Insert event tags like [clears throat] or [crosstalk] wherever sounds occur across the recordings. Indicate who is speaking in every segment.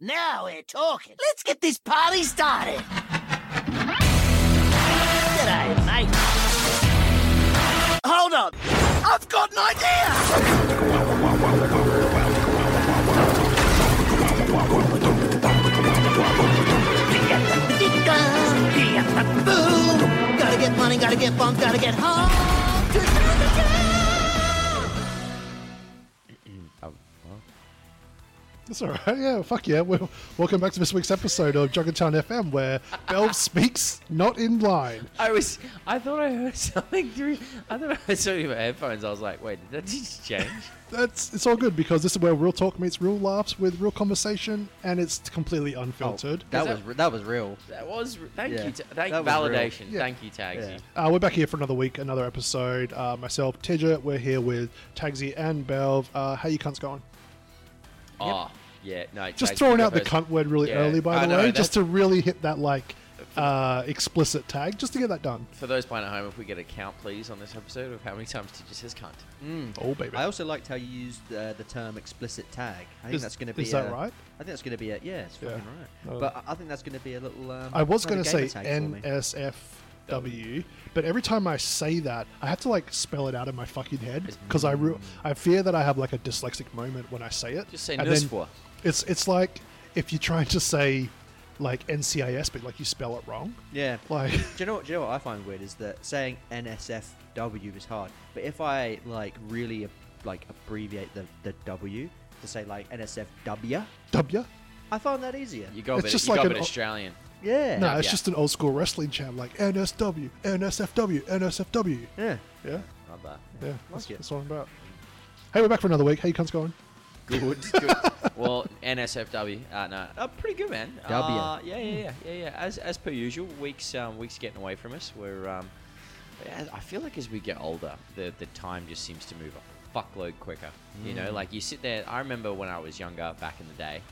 Speaker 1: Now we're talking. Let's get this party started. G'day, mate. Hold on. I've got an idea. Boom. Gotta get money, gotta get bums, gotta get home. To
Speaker 2: Oh,
Speaker 3: That's all right. Yeah, fuck yeah. Well, welcome back to this week's episode of Juggertown FM, where Belv speaks not in line.
Speaker 4: I was. I thought I heard [laughs] something through. I thought I heard something in my headphones. I was like, wait, did that [laughs] just change?
Speaker 3: That's it's all good because this is where real talk meets real laughs with real conversation, and it's completely unfiltered.
Speaker 2: That
Speaker 4: Is
Speaker 2: was
Speaker 4: that-
Speaker 2: re- that was real.
Speaker 4: That was. Thank
Speaker 2: Yeah,
Speaker 4: you. Ta- thank
Speaker 2: that was real.
Speaker 4: validation.
Speaker 3: Yeah.
Speaker 4: Thank you, Tagsy.
Speaker 3: Uh, we're back here for another week, another episode. Uh, myself, Tidget, we're here with Tagsy and Belv. Uh, how you cunts going?
Speaker 4: Ah, yeah. No.
Speaker 3: Just
Speaker 4: Tagsy,
Speaker 3: throwing
Speaker 4: you
Speaker 3: out the
Speaker 4: first.
Speaker 3: cunt word really
Speaker 4: Yeah,
Speaker 3: early, by
Speaker 4: I
Speaker 3: the
Speaker 4: know,
Speaker 3: way,
Speaker 4: that's-
Speaker 3: just to really hit that like uh, explicit tag, just to get that done.
Speaker 4: For those playing at home, if we get a count, please, on this episode of how many times did you says cunt? Mm.
Speaker 3: Oh baby,
Speaker 2: I also liked how you used uh, the term explicit tag. I think
Speaker 3: Is-
Speaker 2: that's going to be.
Speaker 3: is that
Speaker 2: a-
Speaker 3: right?
Speaker 2: I think that's going to be a yeah, it's
Speaker 3: Yeah.
Speaker 2: fucking right.
Speaker 3: Um,
Speaker 2: but I- I think that's going to be a little. Um,
Speaker 3: I was
Speaker 2: another
Speaker 3: going to say
Speaker 2: gamer tag for me.
Speaker 3: NSFW, but every time I say that, I have to like spell it out in my fucking head
Speaker 4: It's-
Speaker 3: because I
Speaker 2: mm.
Speaker 3: re- I fear that I have like a dyslexic moment when I say it.
Speaker 4: Just say
Speaker 3: And then
Speaker 4: NSFW.
Speaker 3: It's it's like if you're trying to say like NCIS, but like you spell it wrong.
Speaker 2: Yeah.
Speaker 3: Like
Speaker 2: do you know what? Do you know what I find weird is that saying NSFW is hard, but if I like really like abbreviate the, the W to say like NSFW,
Speaker 3: W.
Speaker 2: I find that easier.
Speaker 4: You go a
Speaker 3: It's
Speaker 4: bit.
Speaker 3: just
Speaker 4: you go
Speaker 3: like
Speaker 4: a
Speaker 3: an
Speaker 4: bit
Speaker 3: o-
Speaker 4: Australian.
Speaker 2: yeah.
Speaker 3: No, it's
Speaker 4: yeah.
Speaker 3: just an old school wrestling chant like NSW, NSFW, NSFW.
Speaker 2: Yeah.
Speaker 3: Yeah,
Speaker 4: Love that.
Speaker 3: yeah. That's,
Speaker 2: it.
Speaker 3: that's what I'm about. Hey, we're back for another week. How you cunts going?
Speaker 4: Good. good. well, NSFW. Uh, no, uh, pretty good, man.
Speaker 2: W.
Speaker 4: Uh, yeah, yeah, yeah, yeah, yeah. As as per usual, weeks um, weeks getting away from us. We're um, as- I feel like as we get older, the the time just seems to move a fuckload quicker. You know, like you sit there. I remember when I was younger, back in the day.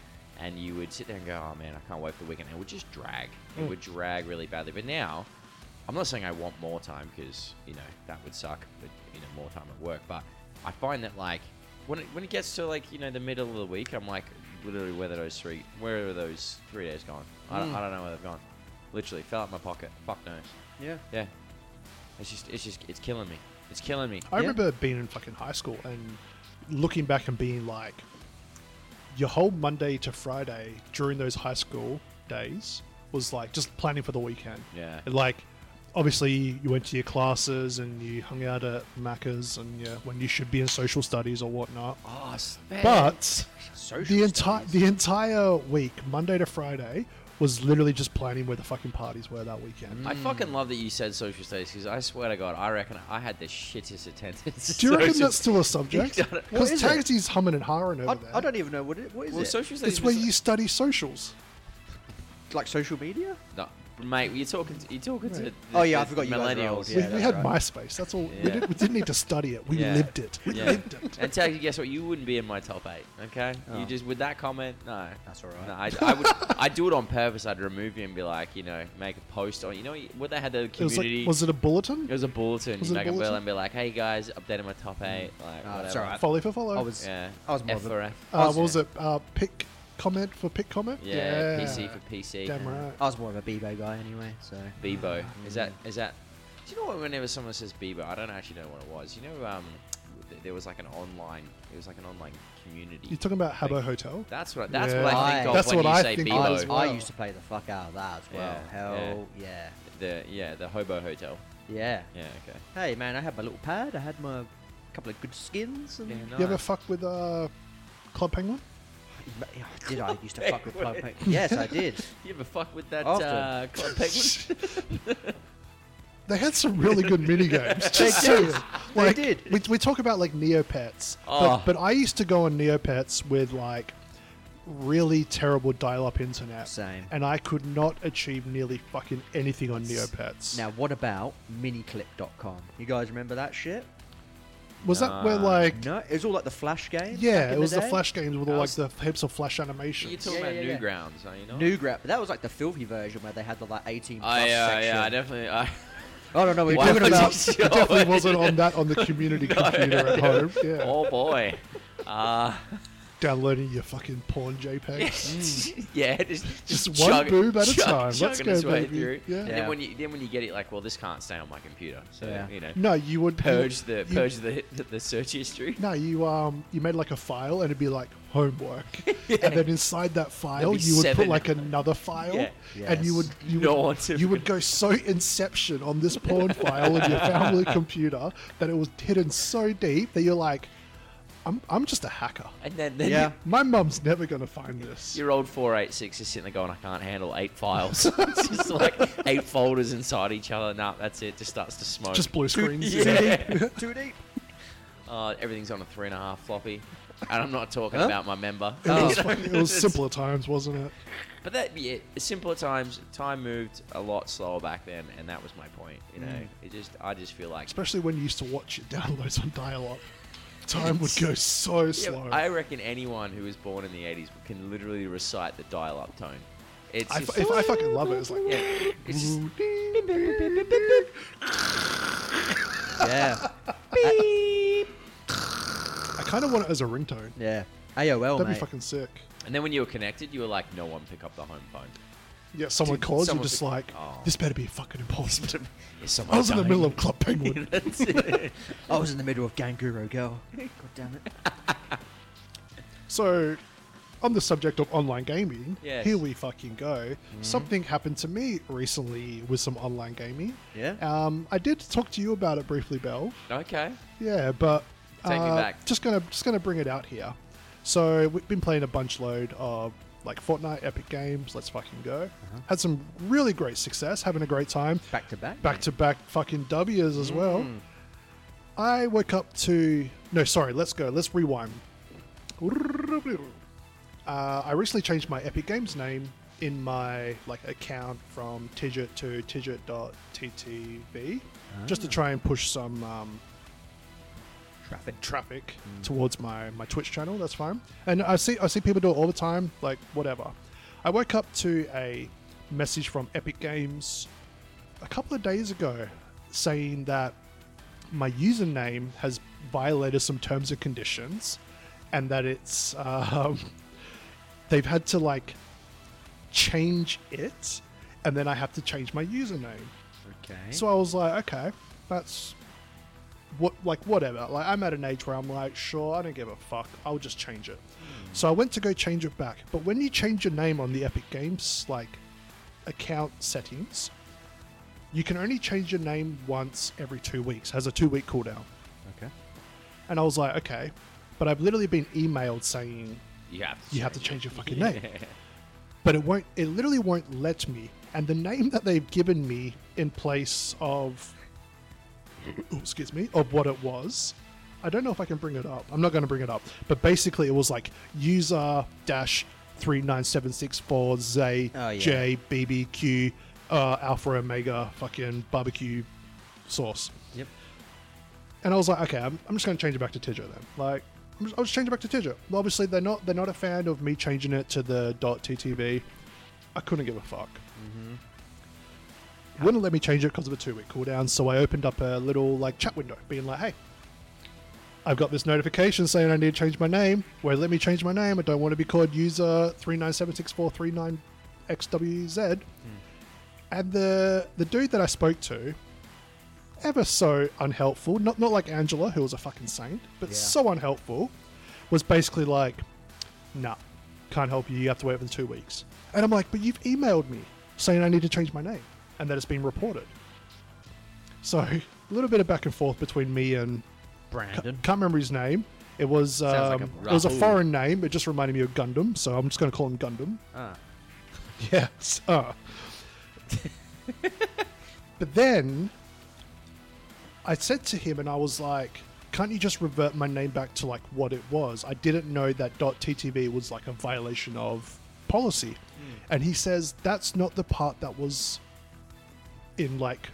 Speaker 4: And you would sit there and go, "Oh man, I can't wait for the weekend." It would just drag. It would drag really badly. But now, I'm not saying I want more time because you know that would suck. But you know more time at work. But I find that like when it, when it gets to like you know the middle of the week, I'm like literally where are those three where are those three days gone? I, don't, I don't know where they've gone. Literally fell out my pocket. Fuck knows.
Speaker 2: Yeah.
Speaker 4: Yeah, it's just it's just it's killing me. It's killing me.
Speaker 3: I
Speaker 2: Yeah.
Speaker 3: remember being in fucking high school and looking back and being like, your whole Monday to Friday during those high school days was like just planning for the weekend.
Speaker 4: Yeah.
Speaker 3: And like, obviously, you went to your classes and you hung out at Macca's and yeah, when you should be in social studies or whatnot.
Speaker 4: Oh,
Speaker 3: But
Speaker 2: Social
Speaker 3: the entire
Speaker 2: studies.
Speaker 3: the entire week, Monday to Friday, was literally just planning where the fucking parties were that weekend.
Speaker 2: Mm.
Speaker 4: I fucking love that you said social studies because I swear to God, I reckon I had the shittest attendance. [laughs]
Speaker 3: Do you reckon
Speaker 4: Social-
Speaker 3: that's still a
Speaker 2: [laughs]
Speaker 3: subject?
Speaker 4: I don't-
Speaker 2: What
Speaker 3: Because
Speaker 2: is it?
Speaker 3: Tagsy's humming and hawing over
Speaker 2: I,
Speaker 3: there.
Speaker 2: I don't even know what it. What is
Speaker 4: Well,
Speaker 2: it?
Speaker 4: social studies.
Speaker 3: It's where
Speaker 4: was-
Speaker 3: you study socials.
Speaker 2: like social media?
Speaker 4: No, mate, you're talking. To, you're talking to.
Speaker 3: Right.
Speaker 4: the-
Speaker 2: Oh, yeah,
Speaker 4: the
Speaker 2: I forgot you guys were old,
Speaker 4: millennials.
Speaker 2: yeah.
Speaker 3: we, we
Speaker 2: that's right.
Speaker 3: had MySpace. That's all. We,
Speaker 4: Yeah.
Speaker 3: didn't, we didn't need to study it. We
Speaker 4: Yeah.
Speaker 3: lived it. We
Speaker 4: Yeah.
Speaker 3: lived
Speaker 4: [laughs]
Speaker 3: it.
Speaker 4: And tell you, guess what? You wouldn't be in my top eight. Okay,
Speaker 2: Oh.
Speaker 4: you just with that comment. No,
Speaker 2: That's all right.
Speaker 4: No, I, I would. I do it on purpose. I'd remove you and be like, you know, make a post on. You know what they had the
Speaker 3: It was, like,
Speaker 4: community.
Speaker 3: was it a bulletin?
Speaker 4: It was a bulletin.
Speaker 3: was
Speaker 4: you
Speaker 3: it a
Speaker 4: make a bulletin
Speaker 3: bulletin?
Speaker 4: and be like, hey guys, updating my top eight. Like
Speaker 2: Ah,
Speaker 4: whatever.
Speaker 2: it's all right.
Speaker 3: Follow for follow.
Speaker 2: I was.
Speaker 4: Yeah.
Speaker 2: I was more
Speaker 4: F
Speaker 2: of a-
Speaker 4: for F.
Speaker 3: uh, what
Speaker 2: yeah.
Speaker 3: was it? Uh, pick comment for pick comment.
Speaker 4: Yeah, PC for PC.
Speaker 3: Damn right.
Speaker 2: I was more of a Bebo guy anyway. So.
Speaker 4: Bebo. Is that is that? Do you know what? Whenever someone says Bebo, I don't actually know what it was. You know, um, th- there was like an online. It was like an online community.
Speaker 3: You're talking about Habbo
Speaker 4: Like,
Speaker 3: Hotel.
Speaker 4: That's what. That's
Speaker 3: Yeah.
Speaker 4: what I
Speaker 2: Right.
Speaker 4: think of
Speaker 3: That's
Speaker 4: when
Speaker 3: what
Speaker 4: you
Speaker 3: I
Speaker 4: say
Speaker 3: think of
Speaker 4: Bebo.
Speaker 3: as
Speaker 2: I,
Speaker 3: well.
Speaker 2: I used to play the fuck out of that as well.
Speaker 4: Yeah,
Speaker 2: Hell yeah.
Speaker 4: The yeah, the hobo hotel.
Speaker 2: yeah,
Speaker 4: Yeah, okay.
Speaker 2: Hey man, I had my little pad. I had my couple of good skins. And
Speaker 4: Yeah,
Speaker 3: You ever
Speaker 2: [laughs]
Speaker 3: fuck with uh, Club Penguin?
Speaker 2: Yeah, I did I used to
Speaker 4: [laughs]
Speaker 2: fuck with Club Penguin? Yes, I did.
Speaker 4: You ever fuck with that
Speaker 2: Often.
Speaker 4: uh, Club [laughs] Penguin?
Speaker 3: They had some
Speaker 2: [laughs]
Speaker 3: really good mini games. Just saying.
Speaker 2: They
Speaker 3: Like,
Speaker 2: did.
Speaker 3: We, we talk about like Neopets,
Speaker 4: Oh.
Speaker 3: but, but I used to go on Neopets with like really terrible dial-up internet.
Speaker 2: Same.
Speaker 3: And I could not achieve nearly fucking anything on Neopets.
Speaker 2: Now, what about miniclip.com? You guys remember that shit?
Speaker 3: was that where
Speaker 4: Nah.
Speaker 3: like
Speaker 2: uh, No, it was all like the Flash game.
Speaker 3: yeah, it was the, flash games with all like
Speaker 4: was-
Speaker 3: the heaps of flash
Speaker 4: You're
Speaker 3: animations.
Speaker 4: talking
Speaker 2: Yeah,
Speaker 4: about
Speaker 2: yeah, yeah.
Speaker 4: Newgrounds, are you not?
Speaker 2: New grab. That was like the filthy version where they had the like 18 plus
Speaker 4: I, uh,
Speaker 2: section.
Speaker 4: yeah, I definitely. I,
Speaker 2: oh no, no, we we're
Speaker 4: Why
Speaker 2: talking
Speaker 4: was
Speaker 2: about.
Speaker 3: [laughs]
Speaker 4: it-
Speaker 3: It
Speaker 2: [laughs]
Speaker 3: definitely
Speaker 4: [laughs]
Speaker 3: wasn't on that on the community computer at home. Yeah.
Speaker 4: Oh boy. Oh, Uh,
Speaker 3: downloading your fucking porn E JPEGs.
Speaker 4: Mm. [laughs] yeah, just,
Speaker 3: Just one
Speaker 4: chug it-
Speaker 3: boob at a
Speaker 4: [laughs] chug-
Speaker 3: time. Let's
Speaker 4: chugging
Speaker 3: go,
Speaker 4: its way
Speaker 3: baby.
Speaker 4: through.
Speaker 3: Yeah.
Speaker 4: And
Speaker 2: Yeah.
Speaker 4: then when you then when you get it, like, well, this can't stay on my computer, so
Speaker 2: Yeah.
Speaker 4: you know,
Speaker 3: No, you would
Speaker 4: purge the
Speaker 3: you-
Speaker 4: purge the, the the search history.
Speaker 3: No, you um, you made like a file, and it'd be like
Speaker 4: [laughs]
Speaker 3: homework, and then inside that file,
Speaker 4: be
Speaker 3: you would
Speaker 4: seven.
Speaker 3: put like another file,
Speaker 4: Yeah.
Speaker 3: and you would
Speaker 2: Yes.
Speaker 3: you
Speaker 4: [laughs] No
Speaker 3: would,
Speaker 4: one's ever
Speaker 3: you would go so inception on this porn file in your
Speaker 4: [laughs]
Speaker 3: family computer that it was hidden so deep that you're like, I'm I'm just a hacker.
Speaker 4: And then, [laughs] then
Speaker 2: Yeah.
Speaker 3: My mum's never gonna find this.
Speaker 4: your old four eight six is sitting there going, I can't handle eight files. [laughs] it's just like eight folders inside each other. Nah, that's it. Just starts to smoke.
Speaker 3: just blue screens.
Speaker 4: [laughs] Yeah.
Speaker 2: Too deep.
Speaker 4: Uh, everything's on a three and a half floppy. And I'm not talking
Speaker 2: Huh?
Speaker 4: about my member.
Speaker 3: It was,
Speaker 4: [laughs] You know,
Speaker 3: fucking- it was
Speaker 4: it's-
Speaker 3: simpler times, wasn't it?
Speaker 4: But that yeah, simpler times. Time moved a lot slower back then, and that was my point. You know, it just I just feel like
Speaker 3: Mm. Especially when you used to watch your downloads on dial-up. Time would go so
Speaker 4: Yeah,
Speaker 3: slow.
Speaker 4: I reckon anyone who was born in the '80s can literally recite the dial-up tone. It's
Speaker 3: I,
Speaker 4: just,
Speaker 3: fu- if I fucking love it. It's like.
Speaker 4: yeah, it's
Speaker 3: [laughs]
Speaker 4: just
Speaker 2: Yeah.
Speaker 3: I kind of want it as a ringtone. [laughs]
Speaker 2: Yeah. AOL,
Speaker 3: That'd
Speaker 2: mate.
Speaker 3: be fucking sick.
Speaker 4: And then when you were connected, you were like, no one pick up the home phone.
Speaker 3: Yeah, someone calls you
Speaker 4: someone
Speaker 3: just
Speaker 4: pick-
Speaker 3: like,
Speaker 4: Oh.
Speaker 3: this better be fucking
Speaker 4: [laughs]
Speaker 3: important.
Speaker 4: Is
Speaker 3: [laughs]
Speaker 4: someone
Speaker 3: I was in the
Speaker 4: dying?
Speaker 3: middle of Club Penguin.
Speaker 4: [laughs] That's it.
Speaker 2: I was in the middle of Ganguro Girl. God damn it.
Speaker 3: so, on the subject of online gaming,
Speaker 4: Yes. Mm-hmm.
Speaker 3: here we fucking go. Something happened to me recently with some online gaming.
Speaker 2: Yeah.
Speaker 3: Um, I did talk to you about it briefly, Bell.
Speaker 4: okay.
Speaker 3: Yeah, but
Speaker 4: Take me
Speaker 3: uh,
Speaker 4: back.
Speaker 3: Just gonna just gonna bring it out here. So we've been playing a bunch load of like Fortnite, Epic Games. Let's fucking go.
Speaker 4: Uh-huh.
Speaker 3: Had some really great success, having a great time.
Speaker 2: Back to back.
Speaker 3: back to back fucking W's as well. I woke up to no, sorry. Let's go. Let's rewind. Uh, I recently changed my Epic Games name in my like account from Tidget to Tidget.ttv just to try and push some um,
Speaker 2: traffic.
Speaker 3: traffic towards my, my Twitch channel. That's fine. And I see I see people do it all the time. Like whatever. I woke up to a message from Epic Games a couple of days ago saying that my username has violated some terms and conditions, and that it's um, [laughs] they've had to like change it, and then I have to change my username.
Speaker 2: Okay.
Speaker 3: So I was like, okay, that's what, like, whatever. Like, I'm at an age where I'm like, sure, I don't give a fuck. I'll just change it.
Speaker 2: Hmm.
Speaker 3: So I went to go change it back. But when you change your name on the Epic Games like account settings, you can only change your name once every two weeks. Has a two week cooldown.
Speaker 2: okay.
Speaker 3: And I was like, okay, but I've literally been emailed saying
Speaker 4: You have to.
Speaker 3: you have to change
Speaker 2: [laughs]
Speaker 3: your fucking name. But it won't. It literally won't let me. And the name that they've given me in place of, oh, excuse me, of what it was, I don't know if I can bring it up. I'm not going to bring it up. But basically, it was like user dash three nine seven six four Z
Speaker 2: Oh, yeah.
Speaker 3: J B B Q uh, Alpha Omega fucking barbecue sauce.
Speaker 2: Yep.
Speaker 3: And I was like, okay, I'm, I'm just going to change it back to Tidger then. Like, I'm just, I'll just change it back to Tidger. Well, Obviously, they're not they're not a fan of me changing it to the .ttv. I couldn't give a fuck. Wouldn't let me change it because of a two week cooldown. So I opened up a little like chat window, being like, hey, I've got this notification saying I need to change my name. Wait, let me change my name. I don't want to be called user three nine seven six four three nine XWZ. And the the dude that I spoke to, ever so unhelpful, not not like Angela, who was a fucking saint, but
Speaker 2: Yeah.
Speaker 3: so unhelpful, was basically like, nah, can't help you, you have to wait for the two weeks. And I'm like, but you've emailed me saying I need to change my name and that it's been reported. So a little bit of back and forth between me and
Speaker 2: Brandon.
Speaker 3: can't remember his name. It was
Speaker 2: Sounds like
Speaker 3: um,
Speaker 2: a
Speaker 3: it was a
Speaker 2: Rahul.
Speaker 3: foreign name. It just reminded me of Gundam, so I'm just going to call him Gundam.
Speaker 2: Ah.
Speaker 3: [laughs] Yes.
Speaker 2: [laughs]
Speaker 3: Uh. but then I said to him, and I was like, "Can't you just revert my name back to like what it was?" I didn't know that .ttv was like a violation of policy, and he says that's not the part that was in like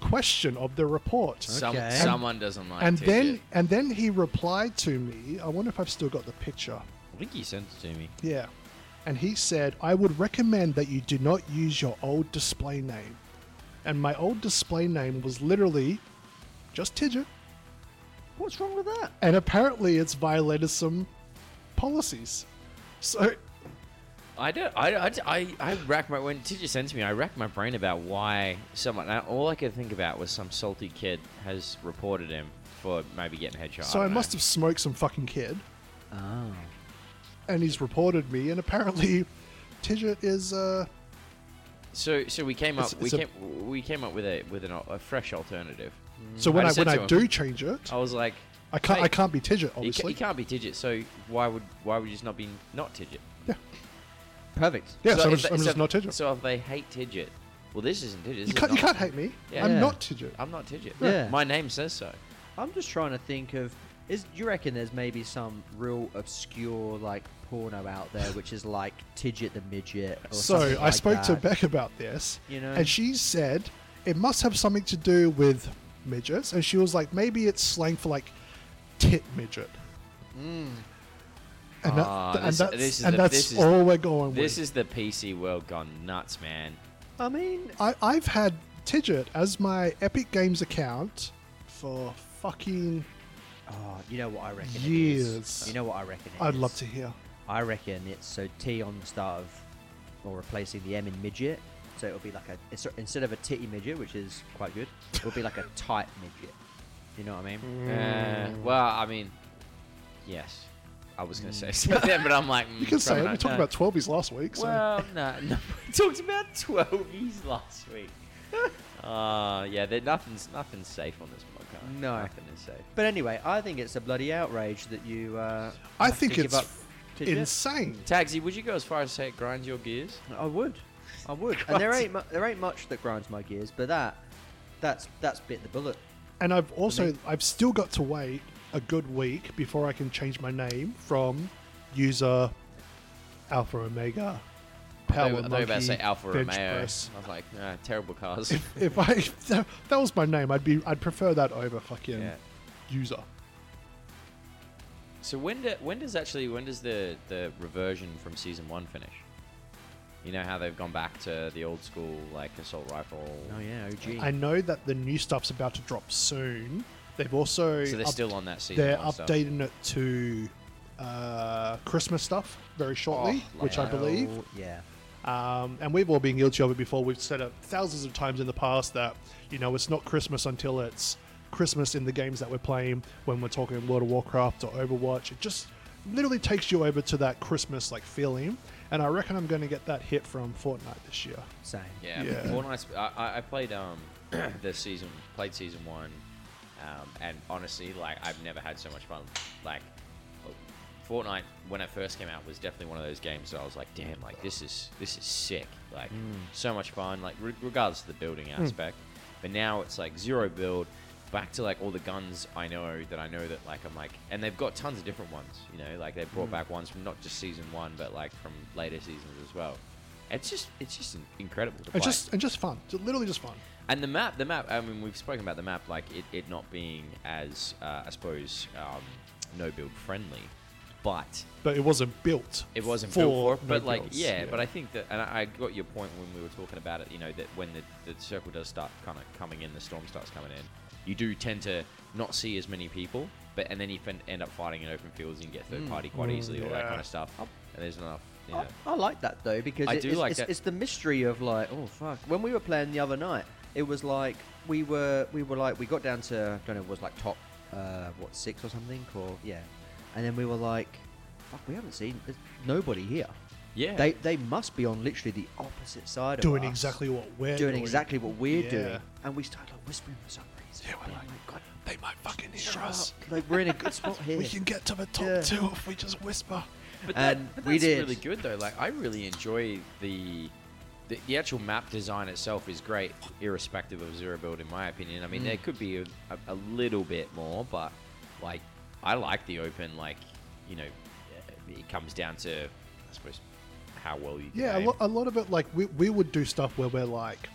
Speaker 3: question of the report.
Speaker 4: Some,
Speaker 2: Okay.
Speaker 4: Someone doesn't like
Speaker 3: And
Speaker 4: Tidget.
Speaker 3: then and then he replied to me. I wonder if I've still got the picture.
Speaker 4: I think you sent it to me.
Speaker 3: Yeah. And he said, I would recommend that you do not use your old display name. And my old display name was literally just Tidget.
Speaker 2: What's wrong with that?
Speaker 3: And apparently it's violated some policies. So
Speaker 4: I don't. I, I, I, I racked my when Tidja sent to me. I racked my brain about why someone. and All I could think about was some salty kid has reported him for maybe getting headshot.
Speaker 3: so I
Speaker 4: don't know.
Speaker 3: must have smoked some fucking kid,
Speaker 2: Oh.
Speaker 3: and he's reported me. And apparently, Tidget is uh,
Speaker 4: Mm. So so we came up.
Speaker 3: It's-
Speaker 4: we
Speaker 3: it's a-
Speaker 4: came we came up with a with an, al- a fresh alternative.
Speaker 3: Mm. So when
Speaker 4: I
Speaker 3: I,
Speaker 4: said
Speaker 3: when
Speaker 4: to
Speaker 3: I
Speaker 4: him-
Speaker 3: do change it,
Speaker 4: I was like,
Speaker 3: I can't
Speaker 4: "Mate,
Speaker 3: I can't be Tidget,
Speaker 4: You, ca-
Speaker 3: obviously.
Speaker 4: you can't be Tidget. So why would why would you just not be not Tidget?
Speaker 2: Perfect.
Speaker 3: Yeah, so, I'm,
Speaker 4: if
Speaker 3: just,
Speaker 4: they-
Speaker 3: I'm
Speaker 4: so-
Speaker 3: just not Tidget.
Speaker 4: So if they hate Tidget, well, this isn't Tidget. This
Speaker 3: you
Speaker 4: is
Speaker 3: can't, you can't
Speaker 4: not-
Speaker 3: hate me.
Speaker 4: Yeah.
Speaker 3: I'm not Tidget.
Speaker 4: I'm not Tidget.
Speaker 2: Yeah.
Speaker 4: My name says so.
Speaker 2: I'm just trying to think of. Is do you reckon there's maybe some real obscure like porno out there which is like Tidget the midget? Or
Speaker 3: So
Speaker 2: something
Speaker 3: I
Speaker 2: like
Speaker 3: spoke to
Speaker 2: that?
Speaker 3: Beck about this,
Speaker 2: You know?
Speaker 3: and she said it must have something to do with midgets, and she was like, maybe it's slang for like tit midget. And, that,
Speaker 4: Hmm. Ah,
Speaker 3: th-
Speaker 4: this-
Speaker 3: and that's,
Speaker 4: this is
Speaker 3: and
Speaker 4: the-
Speaker 3: that's
Speaker 4: this is
Speaker 3: all we're going
Speaker 4: This
Speaker 3: with.
Speaker 4: is the PC world gone nuts, man.
Speaker 2: I mean,
Speaker 3: I, I've had Tidget as my Epic Games account for fucking.
Speaker 2: oh, you know what I reckon. It
Speaker 3: Years.
Speaker 2: is. You know what I reckon. it
Speaker 3: I'd
Speaker 2: is?
Speaker 3: love to hear.
Speaker 2: I reckon it's so T on the start of, or replacing the M in midget. So it'll be like a it's- instead of a titty midget, which is quite good, it'll be like a tight midget. You know what I mean?
Speaker 3: Mm.
Speaker 4: Uh, well, I mean, yes. I was going to say something, but I'm like,
Speaker 3: [laughs]
Speaker 4: mm,
Speaker 3: You can say
Speaker 4: probably
Speaker 3: it.
Speaker 4: not.
Speaker 3: We talked
Speaker 4: No.
Speaker 3: about 12s last week, so.
Speaker 4: Well, no, [laughs] no. We talked about 12s last
Speaker 3: [laughs]
Speaker 4: week. Uh, yeah, there, nothing's nothing's safe on this podcast.
Speaker 2: No.
Speaker 4: Nothing is safe.
Speaker 2: But anyway, I think it's a bloody outrage that you. Uh,
Speaker 3: I
Speaker 2: have to
Speaker 3: think
Speaker 2: give
Speaker 3: it's
Speaker 2: up Tidget.
Speaker 3: insane.
Speaker 4: Tagsy, would you go as far as to say it grinds your gears?
Speaker 2: I would, I would. and there ain't mu- there ain't much that grinds my gears, but that that's that's bit the bullet.
Speaker 3: And I've also
Speaker 2: me.
Speaker 3: I've still got to wait a good week before I can change my name from user Alpha Omega
Speaker 4: I
Speaker 3: Power
Speaker 4: thought, I thought you were
Speaker 3: Monkey
Speaker 4: about to say Alfa
Speaker 3: Bench
Speaker 4: Romeo.
Speaker 3: Press.
Speaker 4: I was like, nah,
Speaker 3: [laughs]
Speaker 4: terrible cars. [laughs]
Speaker 3: If I if that, that was my name, I'd be I'd prefer that over fucking
Speaker 4: Yeah.
Speaker 3: user.
Speaker 4: so when do, when does actually when does the the reversion from season one finish? You know how they've gone back to the old school like assault rifle.
Speaker 2: Oh,
Speaker 3: Oh,
Speaker 2: yeah, OG.
Speaker 3: I know that the new stuff's about to drop soon. They've also
Speaker 4: So they're
Speaker 3: up-
Speaker 4: still on that season.
Speaker 3: they're
Speaker 4: one stuff.
Speaker 3: updating it to uh, Christmas stuff very shortly,
Speaker 4: Oh,
Speaker 3: which I
Speaker 4: love
Speaker 3: believe.
Speaker 2: Oh, Yeah.
Speaker 3: Um, and we've all been guilty of it before. We've said it thousands of times in the past that, you know, it's not Christmas until it's Christmas in the games that we're playing when we're talking World of Warcraft or Overwatch. It just literally takes you over to that Christmas like feeling. And I reckon I'm going to get that hit from Fortnite this year.
Speaker 2: Same.
Speaker 4: Yeah,
Speaker 3: Yeah.
Speaker 4: Fortnite's- I- I, I played um [clears throat] the season, played season one, um, and honestly, like I've never had so much fun. Like Fortnite, when it first came out, was definitely one of those games that I was like, damn, like this is this is sick. Like
Speaker 3: Mm.
Speaker 4: so much fun. Like re- regardless of the building
Speaker 3: Hmm.
Speaker 4: aspect, but now it's like zero build. Back to like all the guns I know that I know that like I'm like, and they've got tons of different ones. You know, like they
Speaker 3: Hmm.
Speaker 4: brought back ones from not just season one, but like from later seasons as well. It's just it's just in- incredible. To
Speaker 3: And
Speaker 4: play.
Speaker 3: just, and just fun. Just literally just fun.
Speaker 4: And the map, the map. I mean, we've spoken about the map, like it, it not being as, uh, I suppose, um, no build friendly, but
Speaker 3: But it wasn't built.
Speaker 4: it wasn't
Speaker 3: for
Speaker 4: built for. it,
Speaker 3: no
Speaker 4: But like,
Speaker 3: builds.
Speaker 4: yeah, But I think that, and I, I got your point when we were talking about it. You know that when the, the circle does start kind of coming in, the storm starts coming in, you do tend to not see as many people. But and then you fin- end up fighting in open fields and get third party quite easily, all that
Speaker 3: yeah.
Speaker 4: kind of stuff. And there's enough. You know,
Speaker 2: I, I like that though because
Speaker 4: I
Speaker 2: it-
Speaker 4: do
Speaker 2: it's,
Speaker 4: like
Speaker 2: it's,
Speaker 4: that.
Speaker 2: it's the mystery of like oh fuck when we were playing the other night it was like we were we were like we got down to I don't know it was like top uh, what six or something or yeah and then we were like fuck we haven't seen there's nobody here
Speaker 4: yeah.
Speaker 2: they they must be on literally the opposite side
Speaker 3: Doing
Speaker 2: of us,
Speaker 3: exactly what we're
Speaker 2: doing exactly what we're
Speaker 3: Yeah.
Speaker 2: doing and we started like whispering for some reason
Speaker 3: Yeah, we're
Speaker 2: And I'm
Speaker 3: like,
Speaker 2: like, God,
Speaker 3: They might fucking hear
Speaker 2: shut
Speaker 3: us.
Speaker 2: up. like we're in a good spot here
Speaker 3: [laughs] We can get to the top
Speaker 2: Yeah.
Speaker 3: two if we just whisper.
Speaker 4: But, that,
Speaker 2: And
Speaker 4: but
Speaker 2: we
Speaker 4: that's
Speaker 2: did.
Speaker 4: really good though. Like I really enjoy the, the the actual map design itself is great, irrespective of zero build in my opinion.
Speaker 2: Mm.
Speaker 4: I mean, there could be a, a, a little bit more, but like I like the open. Like you know, it comes down to I suppose how well you. Can
Speaker 3: Yeah, a,
Speaker 4: aim.
Speaker 3: lo- a lot of it, like, we, we would do stuff where we're like,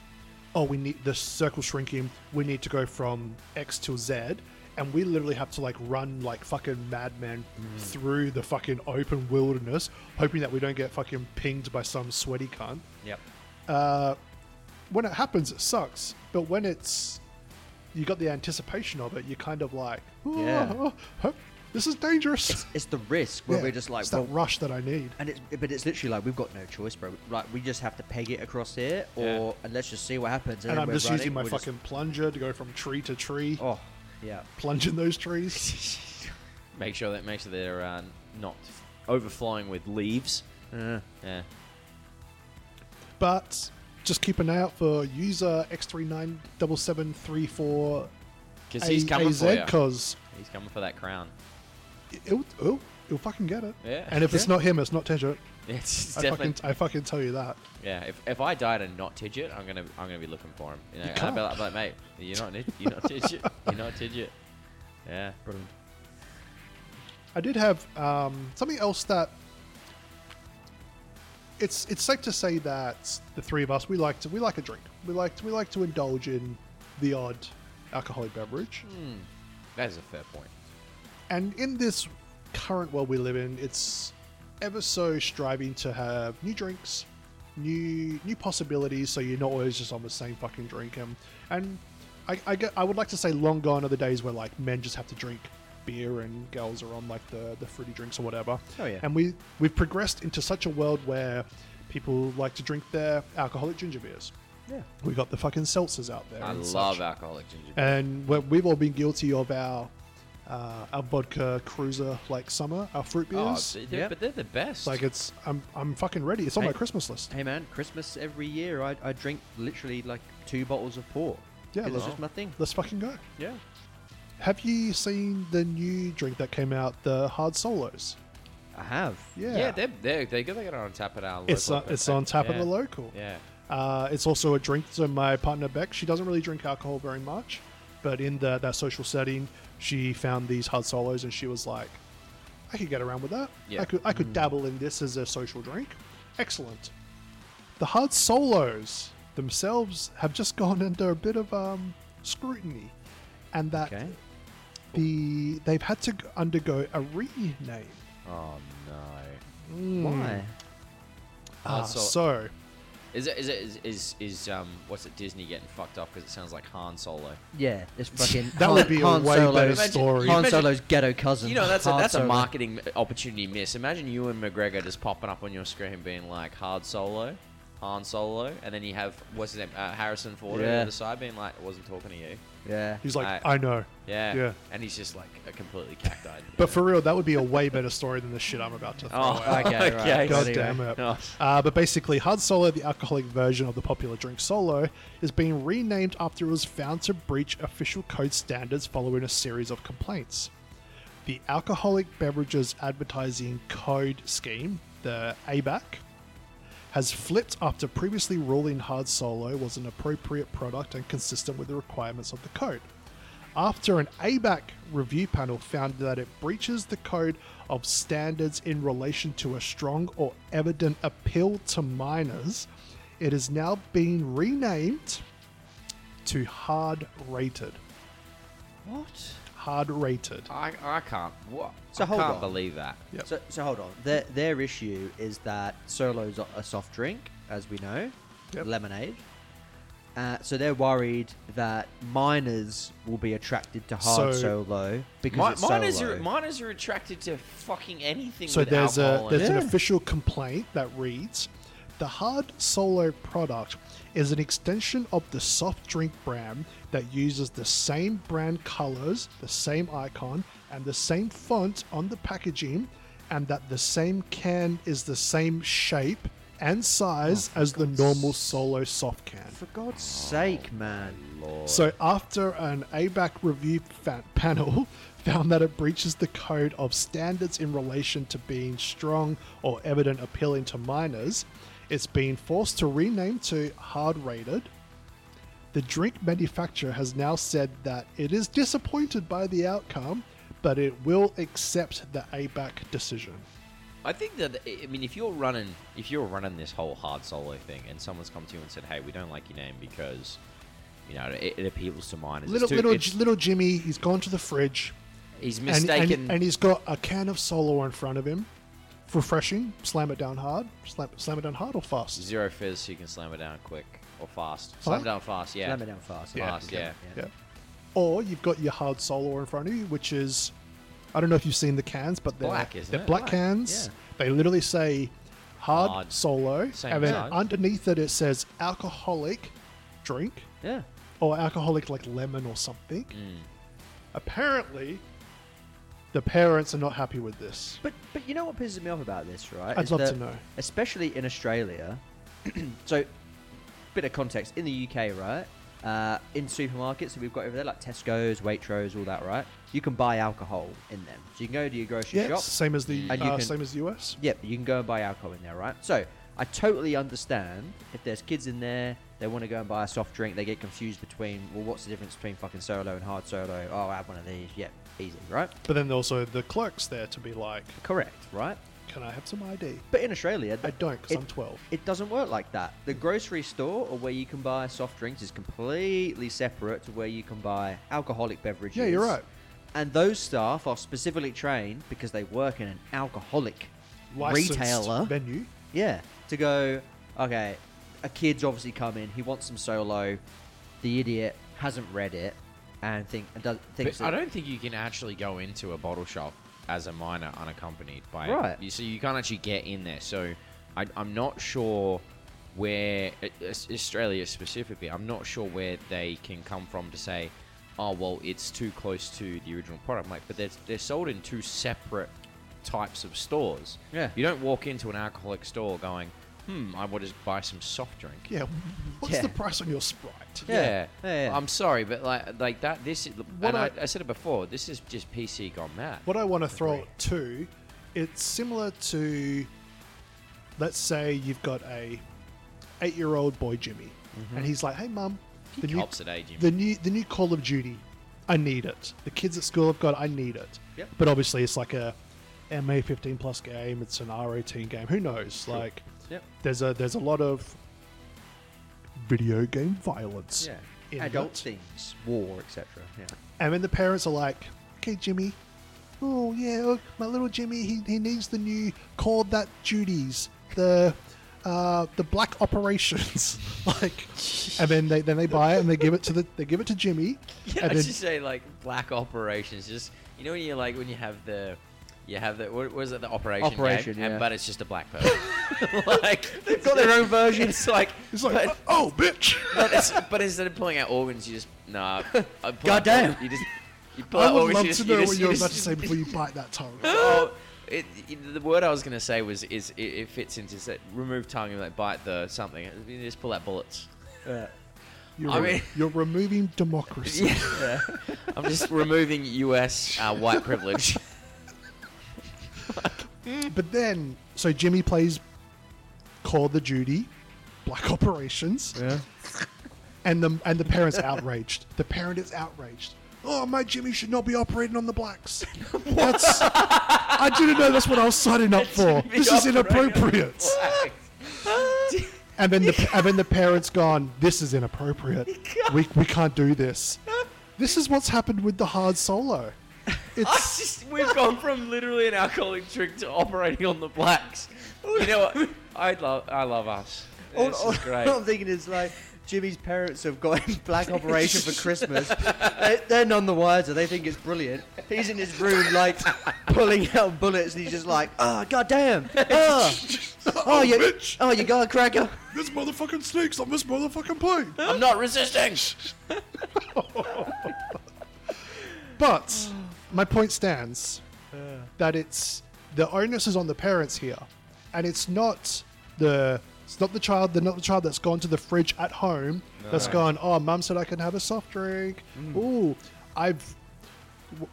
Speaker 3: oh, we need the circle shrinking, we need to go from X to Z, and we literally have to, like, run like fucking madmen
Speaker 2: Mm.
Speaker 3: through the fucking open wilderness, hoping that we don't get fucking pinged by some sweaty cunt.
Speaker 4: Yep.
Speaker 3: When it happens, it sucks, but when it's. You got the anticipation of it, you're kind of like, oh,
Speaker 2: Yeah.
Speaker 3: oh, hope, This is dangerous.
Speaker 2: It's, it's the risk where
Speaker 3: Yeah,
Speaker 2: we're just like,
Speaker 3: it's that
Speaker 2: well,
Speaker 3: rush that I need.
Speaker 2: and it's but it's literally like we've got no choice, bro. Like we just have to peg it across here, or
Speaker 4: Yeah.
Speaker 2: and let's just see what happens. And,
Speaker 3: And
Speaker 2: then
Speaker 3: I'm
Speaker 2: we're
Speaker 3: just
Speaker 2: running,
Speaker 3: using my
Speaker 2: we're just-
Speaker 3: fucking plunger to go from tree to tree,
Speaker 2: oh, yeah.
Speaker 3: plunging those trees.
Speaker 4: [laughs] Make sure that make sure they're uh, not overflowing with leaves.
Speaker 2: Uh,
Speaker 4: Yeah.
Speaker 3: But just keep an eye out for user X397734
Speaker 4: Because he's coming
Speaker 3: AZ
Speaker 4: for you.
Speaker 3: because
Speaker 4: He's coming for that crown. [laughs]
Speaker 3: it'll, it'll, it'll fucking get it.
Speaker 4: Yeah.
Speaker 3: And if it's
Speaker 4: Yeah.
Speaker 3: not him, it's not Tedric.
Speaker 4: It's, it's
Speaker 3: I
Speaker 4: definitely.
Speaker 3: fucking, I fucking tell you that.
Speaker 4: yeah. If, if I died and not Tidget, I'm gonna I'm gonna be looking for him. You know,
Speaker 3: You
Speaker 4: and I'll be
Speaker 3: can't.
Speaker 4: like, like, mate, you're not Nid- you're not Tidget.
Speaker 3: [laughs]
Speaker 4: You're not Tidget. Yeah.
Speaker 2: brilliant.
Speaker 3: I did have um, something else that it's it's safe to say that the three of us we like to we like a drink. We like to, we like to indulge in the odd alcoholic
Speaker 4: Mm.
Speaker 3: beverage.
Speaker 4: That is a fair point.
Speaker 3: And in this current world we live in, it's ever so striving to have new drinks, new new possibilities, so you're not always just on the same fucking drink. And and I I, get, I would like to say long gone are the days where like men just have to drink beer and girls are on like the the fruity drinks or whatever.
Speaker 2: Oh, yeah.
Speaker 3: And we we've progressed into such a world where people like to drink their alcoholic ginger beers.
Speaker 2: Yeah.
Speaker 3: We got the fucking seltzers out there.
Speaker 4: I
Speaker 3: and
Speaker 4: love
Speaker 3: such Uh,
Speaker 4: alcoholic ginger beer.
Speaker 3: and we- we've all been guilty of our uh, our vodka cruiser like summer, our fruit
Speaker 4: oh,
Speaker 3: beers.
Speaker 4: they- they're-
Speaker 2: Yeah.
Speaker 4: but they're the best.
Speaker 3: like it's, I'm I'm fucking ready. It's on
Speaker 2: Hey.
Speaker 3: my Christmas list.
Speaker 2: Hey man, Christmas every year I, I drink literally like two bottles of port.
Speaker 3: Yeah,
Speaker 2: it's
Speaker 3: let's-
Speaker 2: just my thing.
Speaker 3: Let's fucking go.
Speaker 2: Yeah.
Speaker 3: Have you seen the new drink that came out, the Hard Solos?
Speaker 2: I have.
Speaker 3: Yeah,
Speaker 4: yeah, they're, they're they got they got it on tap at our.
Speaker 3: it's
Speaker 4: local
Speaker 3: on, it's on tap at
Speaker 4: Yeah.
Speaker 3: the local.
Speaker 4: Yeah.
Speaker 3: Uh, it's also a drink. So my partner Beck, she doesn't really drink alcohol very much, but in the, that social setting, she found these hard solos and she was like, "I could get around with that.
Speaker 4: Yeah. Mm.
Speaker 3: I could I could dabble in this as a social drink. Excellent." The hard solos themselves have just gone under a bit of um, scrutiny, and that
Speaker 2: Okay.
Speaker 3: the they've had to undergo a rename.
Speaker 4: Oh no.
Speaker 2: Why?
Speaker 3: Ah,
Speaker 4: Hard Sol-
Speaker 3: so
Speaker 4: Is it is it is is, is um what's it Disney getting fucked off because it sounds like Han Solo.
Speaker 2: Yeah, it's fucking.
Speaker 3: [laughs] That would be a way better
Speaker 2: Imagine-
Speaker 3: story.
Speaker 2: Han
Speaker 4: Imagine-
Speaker 2: Solo's ghetto cousin.
Speaker 4: You know that's a,
Speaker 2: Han
Speaker 4: that's a
Speaker 2: Solo.
Speaker 4: marketing opportunity miss. Imagine you and McGregor just popping up on your screen being like Hard Solo, Han Solo, and then you have what's his name uh, Harrison Ford on the
Speaker 2: Yeah.
Speaker 4: other side being like I wasn't talking to you.
Speaker 2: Yeah.
Speaker 3: he's like,
Speaker 4: I-
Speaker 3: "I know."
Speaker 4: Yeah.
Speaker 3: Yeah.
Speaker 4: And he's just like a completely cacti.
Speaker 3: [laughs] But for real, that would be a way better story than the shit I'm about to throw
Speaker 4: Oh,
Speaker 2: [laughs]
Speaker 3: out.
Speaker 2: Okay, right.
Speaker 4: Okay.
Speaker 3: God
Speaker 2: Anyway.
Speaker 3: damn it.
Speaker 4: Oh.
Speaker 3: Uh, but basically, Hard Solo, the alcoholic version of the popular drink Solo, is being renamed after it was found to breach official code standards following a series of complaints. The Alcoholic Beverages Advertising Code Scheme, the ABAC, has flipped after previously ruling Hard Solo was an appropriate product and consistent with the requirements of the code. After an ABAC review panel found that it breaches the code of standards in relation to a strong or evident appeal to minors, it is now being renamed to Hard Rated.
Speaker 4: what? Ah,
Speaker 3: Hard Rated.
Speaker 4: I, I can't. What?
Speaker 2: So
Speaker 4: I
Speaker 2: hold
Speaker 4: can't
Speaker 2: on.
Speaker 4: believe that.
Speaker 3: Yep.
Speaker 2: So, so hold on. Their, their issue is that Solo's a- a soft drink, as we know,
Speaker 3: Yep.
Speaker 2: lemonade. Uh, so they're worried that minors will be attracted to hard
Speaker 3: So-
Speaker 2: solo because
Speaker 4: Mi-
Speaker 2: it's
Speaker 4: minors
Speaker 2: solo.
Speaker 4: are minors are attracted to fucking anything.
Speaker 3: So
Speaker 4: with
Speaker 3: there's a
Speaker 4: alcohol in
Speaker 3: there's
Speaker 4: it.
Speaker 3: an
Speaker 2: Yeah.
Speaker 3: official complaint that reads, the Hard Solo product is an extension of the soft drink brand that uses the same brand colors, the same icon, and the same font on the packaging, and that the same can is the same shape and size
Speaker 4: Oh
Speaker 3: as the normal Solo soft can.
Speaker 2: For God's sake, man!
Speaker 3: So after an ABAC review fa- panel [laughs] found that it breaches the code of standards in relation to being strong or evident appealing to minors, it's been forced to rename to hard rated. The drink manufacturer has now said that it is disappointed by the outcome, but it will accept the ABAC decision.
Speaker 4: I think that I mean, if you're running, if you're running this whole hard solo thing, and someone's come to you and said, "Hey, we don't like your name because, you know, it, it appeals to minors." It's
Speaker 3: Little
Speaker 4: too-
Speaker 3: little
Speaker 4: it's-
Speaker 3: little Jimmy, he's gone to the fridge.
Speaker 4: he's
Speaker 3: and,
Speaker 4: mistaken.
Speaker 3: and, and he's got a can of solo in front of him refreshing slam it down hard slam, slam it down hard or fast
Speaker 4: zero fizz, so you can slam it down quick or fast. Slam it down fast, yeah.
Speaker 2: Slam it down fast.
Speaker 4: Fast, yeah.
Speaker 3: yeah or you've got your hard solo in front of you which is I don't know if you've seen the cans, but they're
Speaker 4: Black, isn't
Speaker 3: they're
Speaker 4: it?
Speaker 3: black,
Speaker 4: Black,
Speaker 3: cans.
Speaker 4: yeah.
Speaker 3: They literally say hard,
Speaker 4: Hard.
Speaker 3: solo,
Speaker 4: Same
Speaker 3: and then
Speaker 4: size.
Speaker 3: underneath it it says alcoholic drink
Speaker 2: Yeah.
Speaker 3: or alcoholic like lemon or something.
Speaker 4: Mm.
Speaker 3: Apparently, the parents are not happy with this.
Speaker 2: But but you know what pisses me off about this, right?
Speaker 3: I'd
Speaker 2: is
Speaker 3: love
Speaker 2: that-
Speaker 3: to know.
Speaker 2: Especially in Australia. [clears throat] so, bit of context in the UK, right? Uh, in supermarkets that we've got over there, like Tesco's, Waitrose, all that, right? You can buy alcohol in them. So you can go to your grocery
Speaker 3: Yeah,
Speaker 2: shop.
Speaker 3: same as
Speaker 4: Mm.
Speaker 3: the
Speaker 2: And you
Speaker 3: uh,
Speaker 2: can-
Speaker 3: same as the US.
Speaker 2: Yep, you can go and buy alcohol in there, right? So I totally understand if there's kids in there, they want to go and buy a soft drink, they get confused between, well, what's the difference between fucking solo and hard solo? Oh, I have one of these. Yep, easy, right?
Speaker 3: But then also the clerks there to be like,
Speaker 2: Correct, right?
Speaker 3: "Can I have some ID?"
Speaker 2: But in Australia,
Speaker 3: I
Speaker 2: th-
Speaker 3: don't because
Speaker 2: it-
Speaker 3: I'm 12.
Speaker 2: It doesn't work like that. The grocery store or where you can buy soft drinks is completely separate to where you can buy alcoholic beverages.
Speaker 3: Yeah, you're right.
Speaker 2: And those staff are specifically trained because they work in an alcoholic
Speaker 3: Licensed
Speaker 2: retailer.
Speaker 3: menu.
Speaker 2: Yeah, to go, okay, a kid's obviously come in, he wants some solo, the idiot hasn't read it and think and does, thinks
Speaker 4: But I
Speaker 2: that-
Speaker 4: don't think you can actually go into a bottle shop as a minor unaccompanied by
Speaker 2: Right.
Speaker 4: You so you can't actually get in there. So I, I'm not sure where uh, uh, Australia specifically. I'm not sure where they can come from to say, oh well, it's too close to the original product. I'm like, but they're they're sold in two separate types of stores.
Speaker 2: Yeah.
Speaker 4: You don't walk into an alcoholic store going, hmm, I want to buy some soft drink.
Speaker 3: Yeah, what's
Speaker 2: Yeah.
Speaker 3: the price on your Sprite?
Speaker 2: Yeah.
Speaker 4: Yeah.
Speaker 2: Yeah, yeah.
Speaker 4: I'm sorry, but like like that. This is,
Speaker 3: What
Speaker 4: and I,
Speaker 3: I-
Speaker 4: I, said it before. This is just PC gone mad.
Speaker 3: What
Speaker 4: [laughs]
Speaker 3: I want to throw it to, it's similar to, let's say you've got a eight-year-old boy Jimmy, and he's like, "Hey, mum,
Speaker 4: Mm-hmm. He
Speaker 3: the new,
Speaker 4: cops at A, Jimmy.
Speaker 3: the new the new Call of Duty, I need it. The kids at school have got, it, I need it.
Speaker 2: Yep.
Speaker 3: But obviously, it's like a MA fifteen plus game. It's an R eighteen game. Who knows? Like,
Speaker 2: Yep.
Speaker 3: there's a there's a lot of video game violence. in
Speaker 2: yeah, adult
Speaker 3: it.
Speaker 2: things, war, etc. Yeah.
Speaker 3: And then the parents are like, okay, Jimmy. Oh, yeah, oh, my little Jimmy, he, he needs the new Call That Duties, the uh, the black operations. [laughs] like, and then they then they buy it and they give it to the they give it to Jimmy. and
Speaker 4: Yeah, I
Speaker 3: then,
Speaker 4: just say like black operations. Just you know when you like when you have the you have the what was it the operation game,
Speaker 2: Operation, yeah.
Speaker 4: and, but it's just a
Speaker 3: [laughs]
Speaker 4: black person. like they've
Speaker 2: got their own version. [laughs]
Speaker 4: It's like
Speaker 3: it's like,
Speaker 4: but,
Speaker 3: oh, bitch.
Speaker 4: but, it's, but instead of pulling out organs, you just
Speaker 3: [laughs]
Speaker 4: nah. I pull out-
Speaker 2: Goddamn.
Speaker 4: You just you pull
Speaker 3: I
Speaker 4: out
Speaker 3: would
Speaker 4: organs.
Speaker 3: love
Speaker 4: you just,
Speaker 3: to know
Speaker 4: you
Speaker 3: what
Speaker 4: just,
Speaker 3: you were
Speaker 4: you
Speaker 3: about to
Speaker 4: just-
Speaker 3: say before you bite that
Speaker 4: [laughs]
Speaker 3: tongue.
Speaker 4: Oh, it, it- the word I was going to say was is it, it fits into that remove tongue and like bite the something. You just pull out bullets.
Speaker 3: You're,
Speaker 4: I mean-
Speaker 3: you're removing democracy.
Speaker 4: I'm just removing U.S. Uh, white privilege. [laughs]
Speaker 3: But then, so Jimmy plays Call the Duty, Black [laughs] Operations.
Speaker 2: Yeah.
Speaker 3: and the and the parents outraged. The parent is outraged. Oh, my Jimmy should not be operating on the [laughs] blacks. That's I didn't know that's what I was signing [laughs] up for.
Speaker 4: Jimmy
Speaker 3: This is
Speaker 4: operating on the
Speaker 3: inappropriate. And then [laughs] the and then the parents gone. This is [laughs] inappropriate. We we can't do [laughs] this. This is what's happened with the hard [laughs] solo.
Speaker 4: I
Speaker 3: It's
Speaker 4: just, we've gone from literally an alcoholic drink to operating on the blacks. You know what? I love, I love us. This
Speaker 2: all,
Speaker 4: is
Speaker 2: all-
Speaker 4: great.
Speaker 2: all I'm thinking is like Jimmy's parents have got him black operation for Christmas. they, they're none the wiser. They think it's brilliant. He's in his room like pulling out bullets, and he's just like, "Oh goddamn!
Speaker 3: [laughs]
Speaker 2: Oh, oh you, oh you got a cracker."
Speaker 3: this motherfucking snakes on this motherfucking plane.
Speaker 4: I'm not resisting.
Speaker 3: But my point stands that it's the onus is on the parents here, and it's not the it's not the child. They're not the child that's gone to the fridge at home that's gone. Oh, mum said I can have a soft drink. Ooh, I've. w-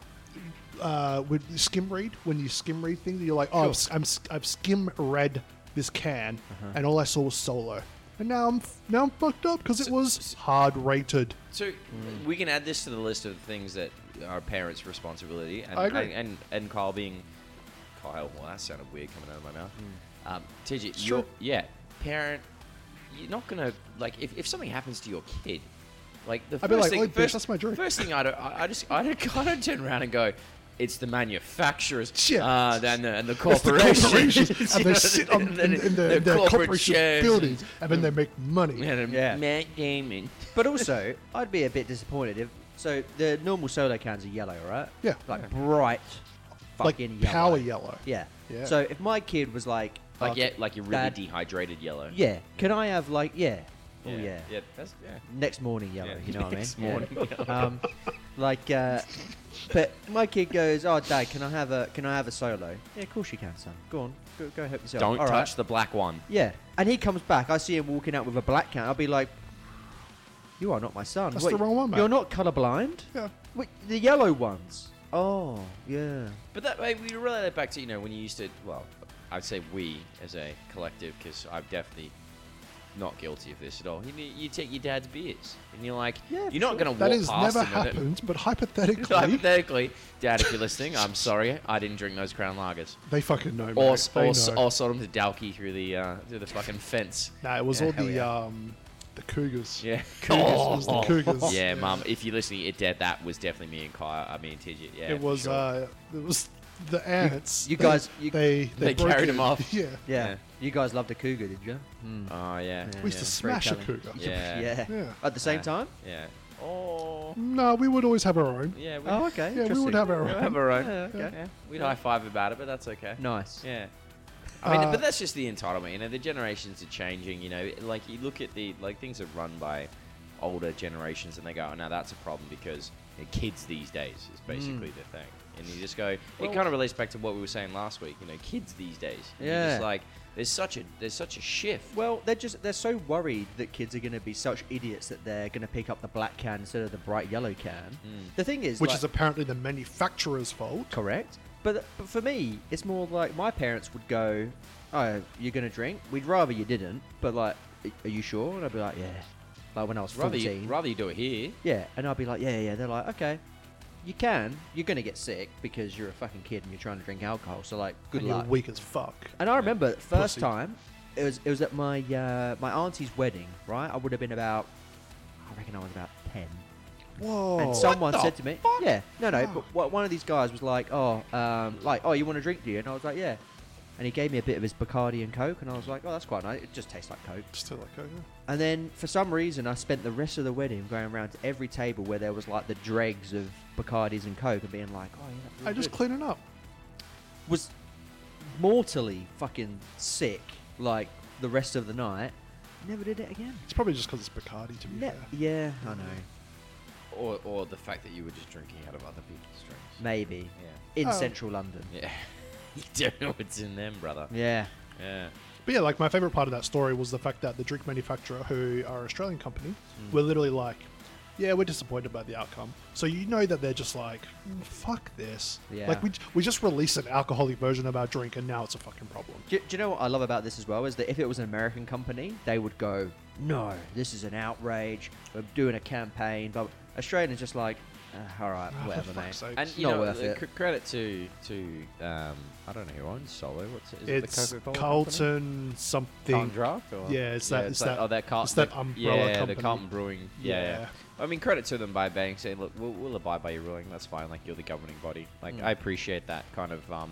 Speaker 3: Uh, with the skim read, when you skim read things, you're like, oh, I've, s- I'm, s- I've skim read this can, and all I saw was solo, and now I'm f- now I'm fucked up because it was hard rated.
Speaker 4: So
Speaker 3: Mm.
Speaker 4: we can add this to the list of things that are parents' responsibility, and
Speaker 3: I agree.
Speaker 4: And, and, and Kyle being Kyle. Well, that sounded weird coming out of my mouth.
Speaker 3: Mm.
Speaker 4: Um, TJ,
Speaker 3: It's
Speaker 4: you're,
Speaker 3: true.
Speaker 4: yeah, parent. You're not gonna like if, if something happens to your kid, like the
Speaker 3: I'd
Speaker 4: first
Speaker 3: be like,
Speaker 4: thing.
Speaker 3: "Oi, bitch,
Speaker 4: first,
Speaker 3: that's my drink."
Speaker 4: First thing I don't, I, I just I don't, [laughs] I don't turn around and go. It's the manufacturers
Speaker 3: Yeah.
Speaker 4: uh, and, the, and the
Speaker 3: It's the
Speaker 4: [laughs] corporations.
Speaker 3: corporations, [laughs] and
Speaker 4: You
Speaker 3: they
Speaker 4: know,
Speaker 3: sit
Speaker 4: and
Speaker 3: on, in,
Speaker 4: then
Speaker 3: in the, in their
Speaker 4: corporate Mm.
Speaker 3: corporation
Speaker 4: chairs
Speaker 3: buildings, and then they make money.
Speaker 4: And, [laughs] and
Speaker 2: Yeah.
Speaker 4: Matt Damon.
Speaker 2: But also, I'd be a bit disappointed if. So the normal solo cans are yellow, right?
Speaker 3: Yeah.
Speaker 2: Like bright
Speaker 3: like
Speaker 2: fucking yellow.
Speaker 3: power yellow.
Speaker 2: Yeah.
Speaker 3: Yeah.
Speaker 2: So if my kid was like,
Speaker 4: Like
Speaker 2: "Oh,
Speaker 4: yeah, like your really
Speaker 2: Dad-
Speaker 4: dehydrated yellow.
Speaker 2: yeah, can I have like, yeah, oh yeah,
Speaker 4: Yeah. That's yeah.
Speaker 2: next morning yellow,
Speaker 4: [laughs] Yeah,
Speaker 2: you know what I mean?
Speaker 4: next
Speaker 2: Yeah. [laughs]
Speaker 4: morning
Speaker 2: um, like, uh, but my kid goes, oh dad, can I have a can I have a solo? Yeah, of course you can, son. Go on, go, go help yourself.
Speaker 4: Don't
Speaker 2: All right.
Speaker 4: touch the black one.
Speaker 2: Yeah, and he comes back. I see him walking out with a black cat. I'll be like, "You are not my son.
Speaker 3: That's the wrong one, mate.
Speaker 2: You're not colorblind.
Speaker 3: Yeah.
Speaker 2: Wait, the yellow ones. Oh, yeah.
Speaker 4: But that way, we relate it back to you know when you used to. Well, I'd say we as a collective, because I'm definitely not guilty of this at all. You, you take your dad's beers, and you're like,
Speaker 2: Yeah, for
Speaker 4: you're not
Speaker 2: sure.
Speaker 4: going to walk
Speaker 3: That has
Speaker 4: past
Speaker 3: never
Speaker 4: him with it.
Speaker 3: happened, but hypothetically,
Speaker 4: [laughs] Hypothetically, Dad, if you're
Speaker 2: [laughs]
Speaker 4: listening, I'm sorry, I didn't drink those Crown Lagers.
Speaker 3: they fucking know.
Speaker 4: Or,
Speaker 3: mate.
Speaker 4: or,
Speaker 3: They
Speaker 4: or
Speaker 3: know.
Speaker 4: sold him to Dalkey through the uh, through the fucking fence.
Speaker 3: Nah, it was
Speaker 4: Yeah,
Speaker 3: all
Speaker 4: hell
Speaker 3: the
Speaker 4: yeah.
Speaker 3: um, the Cougars.
Speaker 4: Yeah. Oh.
Speaker 3: Cougars, it was the Cougars.
Speaker 4: [laughs] Yeah, Mum. If you're listening, it did. That was definitely me and Kyle. I mean, Tidget. Yeah.
Speaker 3: It
Speaker 4: for
Speaker 3: was
Speaker 4: sure.
Speaker 3: uh, it was the ants.
Speaker 2: you
Speaker 3: They-
Speaker 2: guys- you-
Speaker 3: they
Speaker 4: They
Speaker 3: broke
Speaker 4: carried
Speaker 3: in.
Speaker 4: him
Speaker 3: [laughs]
Speaker 4: off.
Speaker 3: Yeah,
Speaker 2: yeah,
Speaker 4: Yeah.
Speaker 2: You guys loved a cougar, did you?
Speaker 4: Oh yeah.
Speaker 2: Yeah.
Speaker 3: we used to
Speaker 2: very
Speaker 3: smash a
Speaker 2: telling.
Speaker 3: cougar.
Speaker 4: Yeah.
Speaker 2: Yeah.
Speaker 3: Yeah.
Speaker 2: At the same
Speaker 4: Yeah.
Speaker 2: time.
Speaker 4: Yeah. Oh.
Speaker 3: No, we would always have our own.
Speaker 4: Yeah. We,
Speaker 2: Oh, okay.
Speaker 3: Yeah, we
Speaker 2: interesting.
Speaker 3: would have our
Speaker 4: we
Speaker 3: own.
Speaker 4: have our own.
Speaker 2: Yeah, okay.
Speaker 4: Yeah. We'd high five about it, but that's okay.
Speaker 2: Nice.
Speaker 4: Yeah. I mean,
Speaker 3: Uh,
Speaker 4: but that's just the entitlement. You know, the generations are changing. You know, like you look at the like things are run by older generations, and they go, "Oh, now that's a problem because the kids these days is basically
Speaker 2: Mm.
Speaker 4: the thing." And you just go, it kind of relates back to what we were saying last week. You know, kids these days. And You're just
Speaker 2: Yeah.
Speaker 4: like there's such a there's such a shift.
Speaker 2: Well, they're just they're so worried that kids are going to be such idiots that they're going to pick up the black can instead of the bright yellow can. The thing is,
Speaker 3: Hmm. Which
Speaker 2: like-
Speaker 3: is apparently the manufacturer's fault.
Speaker 2: Correct. But, but for me, it's more like my parents would go, "Oh, you're gonna drink? We'd rather you didn't." But like, "Are you sure? And I'd be like, "Yeah." Like when I was
Speaker 4: rather
Speaker 2: fourteen.
Speaker 4: you, rather you do it here.
Speaker 2: Yeah, and I'd be like, "Yeah, yeah." They're like, "Okay, you can. You're gonna get sick because you're a fucking kid and you're trying to drink alcohol. So like, good
Speaker 3: and
Speaker 2: luck."
Speaker 3: you're weak as fuck.
Speaker 2: And I remember the first
Speaker 3: Pussy.
Speaker 2: time, it was it was at my uh, my auntie's wedding. Right, I would have been about, I reckon I was about ten.
Speaker 3: Whoa.
Speaker 2: And someone said to me, "Yeah, no, no." But wha- one of these guys was like, "Oh, um, like, oh, you want a drink, do you?" And I was like, "Yeah." And he gave me a bit of his Bacardi and Coke, and I was like, "Oh, that's quite nice. It just tastes like Coke."
Speaker 3: Just to like, oh, yeah.
Speaker 2: And then for some reason, I spent the rest of the wedding going around to every table where there was like the dregs of Bacardis and Coke, and being like, "Oh, yeah." that's
Speaker 3: Hey,
Speaker 2: really
Speaker 3: just
Speaker 2: good."
Speaker 3: cleaning up.
Speaker 2: was mortally fucking sick, like the rest of the night. Never did it again.
Speaker 3: It's probably just because it's Bacardi, to be
Speaker 2: Ne-
Speaker 3: fair.
Speaker 2: yeah, I know.
Speaker 4: Or or the fact that you were just drinking out of other people's drinks.
Speaker 2: Maybe
Speaker 4: Yeah.
Speaker 2: in
Speaker 3: Oh.
Speaker 2: central London.
Speaker 4: Yeah. [laughs] you don't know what's in them, brother.
Speaker 2: Yeah.
Speaker 4: Yeah.
Speaker 3: But yeah, like my favorite part of that story was the fact that the drink manufacturer, who are an Australian company, were literally like, "Yeah, we're disappointed by the outcome." So you know that they're just like, "Mm, "Fuck this!"
Speaker 2: Yeah.
Speaker 3: Like we j- we just released an alcoholic version of our drink, and now it's a fucking problem.
Speaker 2: Do, do you know what I love about this as well is that if it was an American company, they would go, "No, this is an outrage. We're doing a campaign." But Australians just like, "Ah, "All right,
Speaker 3: Ah, for
Speaker 2: whatever, mate."
Speaker 3: fuck's
Speaker 4: And
Speaker 3: sakes.
Speaker 4: you
Speaker 2: Not
Speaker 4: know,
Speaker 2: worth
Speaker 4: the
Speaker 2: it.
Speaker 4: cr- credit to to um, I don't know who owns Solo. What's it? Is it
Speaker 3: it's
Speaker 4: the Coca-Cola company?
Speaker 3: Carlton something.
Speaker 4: Carlton Draft. Or?
Speaker 3: Yeah, it's that- it's
Speaker 4: like-
Speaker 3: that-
Speaker 4: oh, that Carlton.
Speaker 3: it's that
Speaker 4: the-
Speaker 3: umbrella
Speaker 4: yeah, the
Speaker 3: company.
Speaker 4: Carlton Brewing. Yeah. yeah.
Speaker 3: Yeah.
Speaker 4: I mean, credit to them by being saying, look, we'll, we'll abide by your ruling. That's fine. Like you're the governing body. Like
Speaker 3: Mm.
Speaker 4: I appreciate that kind of. Um,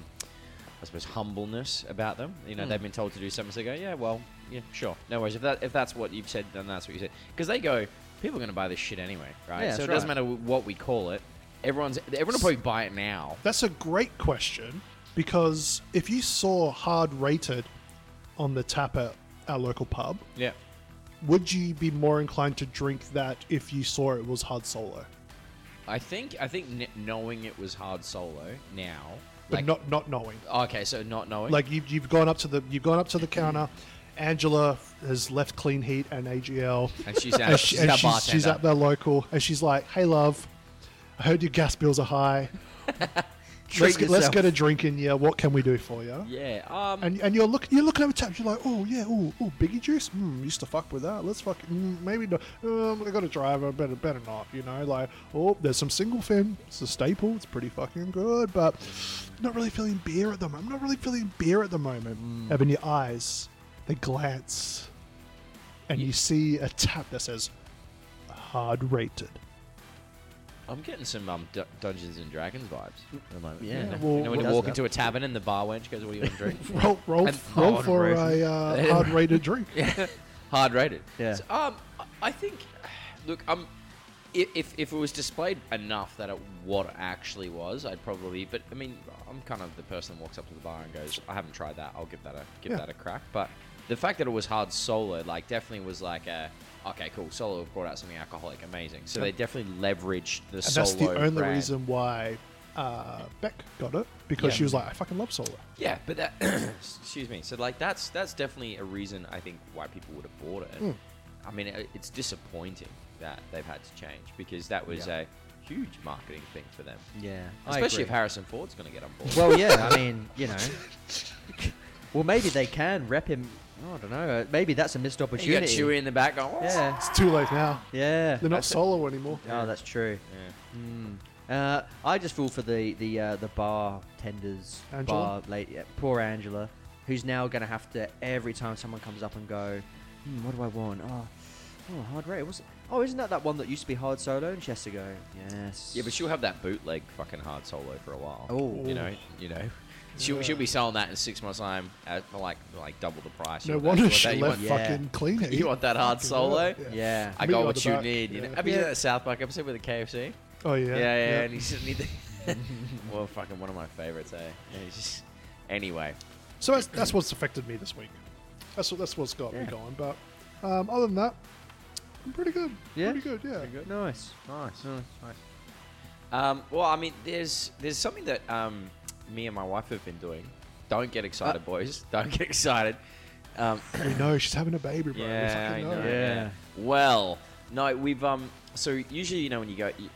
Speaker 4: I suppose humbleness about them. You
Speaker 3: Mm.
Speaker 4: know, they've been told to do something, so they go, yeah, well, yeah, sure, no worries. If that if that's what you've said, then that's what you said. Because they go, people are going to buy this shit anyway, right?
Speaker 2: Yeah,
Speaker 4: so
Speaker 2: that's
Speaker 4: it doesn't
Speaker 2: right.
Speaker 4: matter wh- what we call it. Everyone's everyone will probably buy it now.
Speaker 3: That's a great question because if you saw hard rated on the tap at our local pub,
Speaker 4: Yeah.
Speaker 3: would you be more inclined to drink that if you saw it was hard solo?
Speaker 4: I think I think kn- knowing it was hard solo now,
Speaker 3: But
Speaker 4: like
Speaker 3: not not knowing.
Speaker 4: okay, so not knowing,
Speaker 3: like you've, you've gone up to the you've gone up to the counter. Angela has left Clean Heat and AGL,
Speaker 4: and she's out,
Speaker 3: and, she-
Speaker 4: she's,
Speaker 3: and
Speaker 4: our
Speaker 3: she's, she's
Speaker 4: bartender.
Speaker 3: at their local, and she's like, "Hey, love, I heard your gas bills are
Speaker 4: [laughs]
Speaker 3: high. let's,
Speaker 2: Treat
Speaker 3: get, let's
Speaker 2: yourself."
Speaker 3: get a drink in here. What can we do for you?"
Speaker 4: yeah, um,
Speaker 3: And, and you're look you're looking over taps. You're like, "Oh yeah, oh oh, Biggie juice. Mm, used to fuck with that. Let's fuck. Mm, maybe not. Um, I got a driver. Better better not. You know, like oh, there's some single fin. It's a staple. It's pretty fucking good, but not really feeling beer at the moment. I'm not really feeling beer at the moment.
Speaker 4: Hmm.
Speaker 3: And then your eyes, they glance, and you see a tap that says hard rated.
Speaker 4: I'm getting some um, D- Dungeons and Dragons vibes at the moment.
Speaker 2: Yeah.
Speaker 4: you know,
Speaker 2: Yeah,
Speaker 3: well,
Speaker 4: you know when you
Speaker 2: well-
Speaker 4: walk into a tavern and the bar wench goes, "What do you want to [laughs] drink?"
Speaker 3: Roll roll,
Speaker 4: And
Speaker 3: roll
Speaker 4: hard
Speaker 3: for
Speaker 4: rated.
Speaker 3: a uh, hard [laughs] rated drink.
Speaker 4: hard rated.
Speaker 2: Yeah.
Speaker 4: So, um, I- I think. Look, um, i- if, if it was displayed enough that it what it actually was, I'd probably. But I mean, I'm kind of the person that walks up to the bar and goes, "I haven't tried that. I'll give that a give
Speaker 3: Yeah.
Speaker 4: that a crack." But the fact that it was hard solo, like, definitely was like a. Okay, cool. Solo have brought out something alcoholic, amazing. So they definitely leveraged the
Speaker 3: And
Speaker 4: solo.
Speaker 3: that's the only
Speaker 4: brand.
Speaker 3: reason why uh, Beck got it because
Speaker 4: Yeah.
Speaker 3: she was like, I fucking love Solar.
Speaker 4: Yeah, but that [clears throat] excuse me. So like that's that's definitely a reason I think why people would have bought
Speaker 2: Hmm.
Speaker 4: it. I mean, it, it's disappointing that they've had to change because that was
Speaker 2: Yeah.
Speaker 4: a huge marketing thing for them.
Speaker 2: Yeah, I
Speaker 4: Especially if
Speaker 2: agree.
Speaker 4: Harrison Ford's going to get on board.
Speaker 2: Well, yeah, I
Speaker 4: [laughs]
Speaker 2: mean, you know. Well, maybe they can rep him. oh, I don't know. uh, Maybe that's a missed
Speaker 4: you got
Speaker 2: opportunity.
Speaker 4: Chewie in the back going.
Speaker 2: Yeah,
Speaker 3: It's too late now.
Speaker 2: yeah.
Speaker 3: They're not Solo anymore.
Speaker 2: Oh, that's true.
Speaker 4: Yeah.
Speaker 2: Mm. Uh, I just feel for the the uh, the bar tenders,
Speaker 3: Angela?
Speaker 2: bar lady, yeah, poor Angela, who's now going to have to every time someone comes up and go, hmm, what do I want? Oh, oh hard rare. What's, oh, isn't that that one that used to be hard solo? And she has to go, yes.
Speaker 4: Yeah, but she'll have that bootleg fucking hard solo for a while.
Speaker 2: Oh.
Speaker 4: you know, you know. She'll, she'll be selling that in six months' time at for like like double the price. You
Speaker 3: No
Speaker 4: want
Speaker 3: wonder
Speaker 4: that- you want
Speaker 3: she
Speaker 4: that- you
Speaker 3: left
Speaker 4: want-
Speaker 2: yeah.
Speaker 3: fucking clean it.
Speaker 4: [laughs] You want that hard
Speaker 3: Fucking
Speaker 4: solo?
Speaker 3: hell,
Speaker 2: yeah.
Speaker 4: I
Speaker 3: Meet you
Speaker 4: got
Speaker 3: at
Speaker 4: what
Speaker 3: the
Speaker 4: you
Speaker 3: back,
Speaker 4: need. You know?
Speaker 3: yeah.
Speaker 4: Have you seen
Speaker 2: Yeah.
Speaker 4: that South Park episode with the KFC?
Speaker 3: Oh yeah.
Speaker 4: Yeah, yeah, and he sitting there.
Speaker 2: [laughs]
Speaker 4: well, fucking one of my favorites, eh? And he's just- anyway,
Speaker 3: So that's, that's what's affected me this week. That's what that's what's got me
Speaker 2: Yeah.
Speaker 3: going. But um, other than that, I'm pretty good.
Speaker 2: Yeah?
Speaker 3: Pretty good. Yeah.
Speaker 2: Nice.
Speaker 4: nice,
Speaker 2: nice.
Speaker 4: um, well, I mean, there's there's something that um, me and my wife have been doing. Don't get
Speaker 2: Uh,
Speaker 4: excited, boys. Don't get excited.
Speaker 2: [laughs]
Speaker 4: Um,
Speaker 3: We know she's having a baby, bro.
Speaker 4: yeah,
Speaker 3: we
Speaker 4: I
Speaker 3: fucking know.
Speaker 4: know.
Speaker 2: Yeah.
Speaker 4: Well, no, we've um. So usually, you know, when you go, you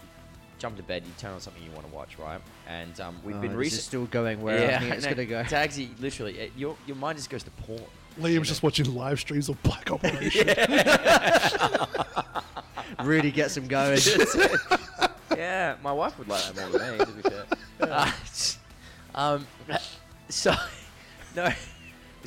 Speaker 4: jump to bed, you turn on something you want to watch, right? And um, we've
Speaker 2: Oh,
Speaker 4: been
Speaker 2: this
Speaker 4: recent.
Speaker 2: is still going where I think it's
Speaker 4: no,
Speaker 2: going to
Speaker 4: [laughs]
Speaker 2: go.
Speaker 4: Tagsy, literally, it, your your mind just goes to porn.
Speaker 2: [laughs]
Speaker 3: Liam's just watching live streams of Black Operation. [laughs]
Speaker 2: really gets him
Speaker 4: [laughs]
Speaker 2: going.
Speaker 4: yeah, my wife would like that more than me, to be [laughs] fair. Uh, um, [laughs] so, no.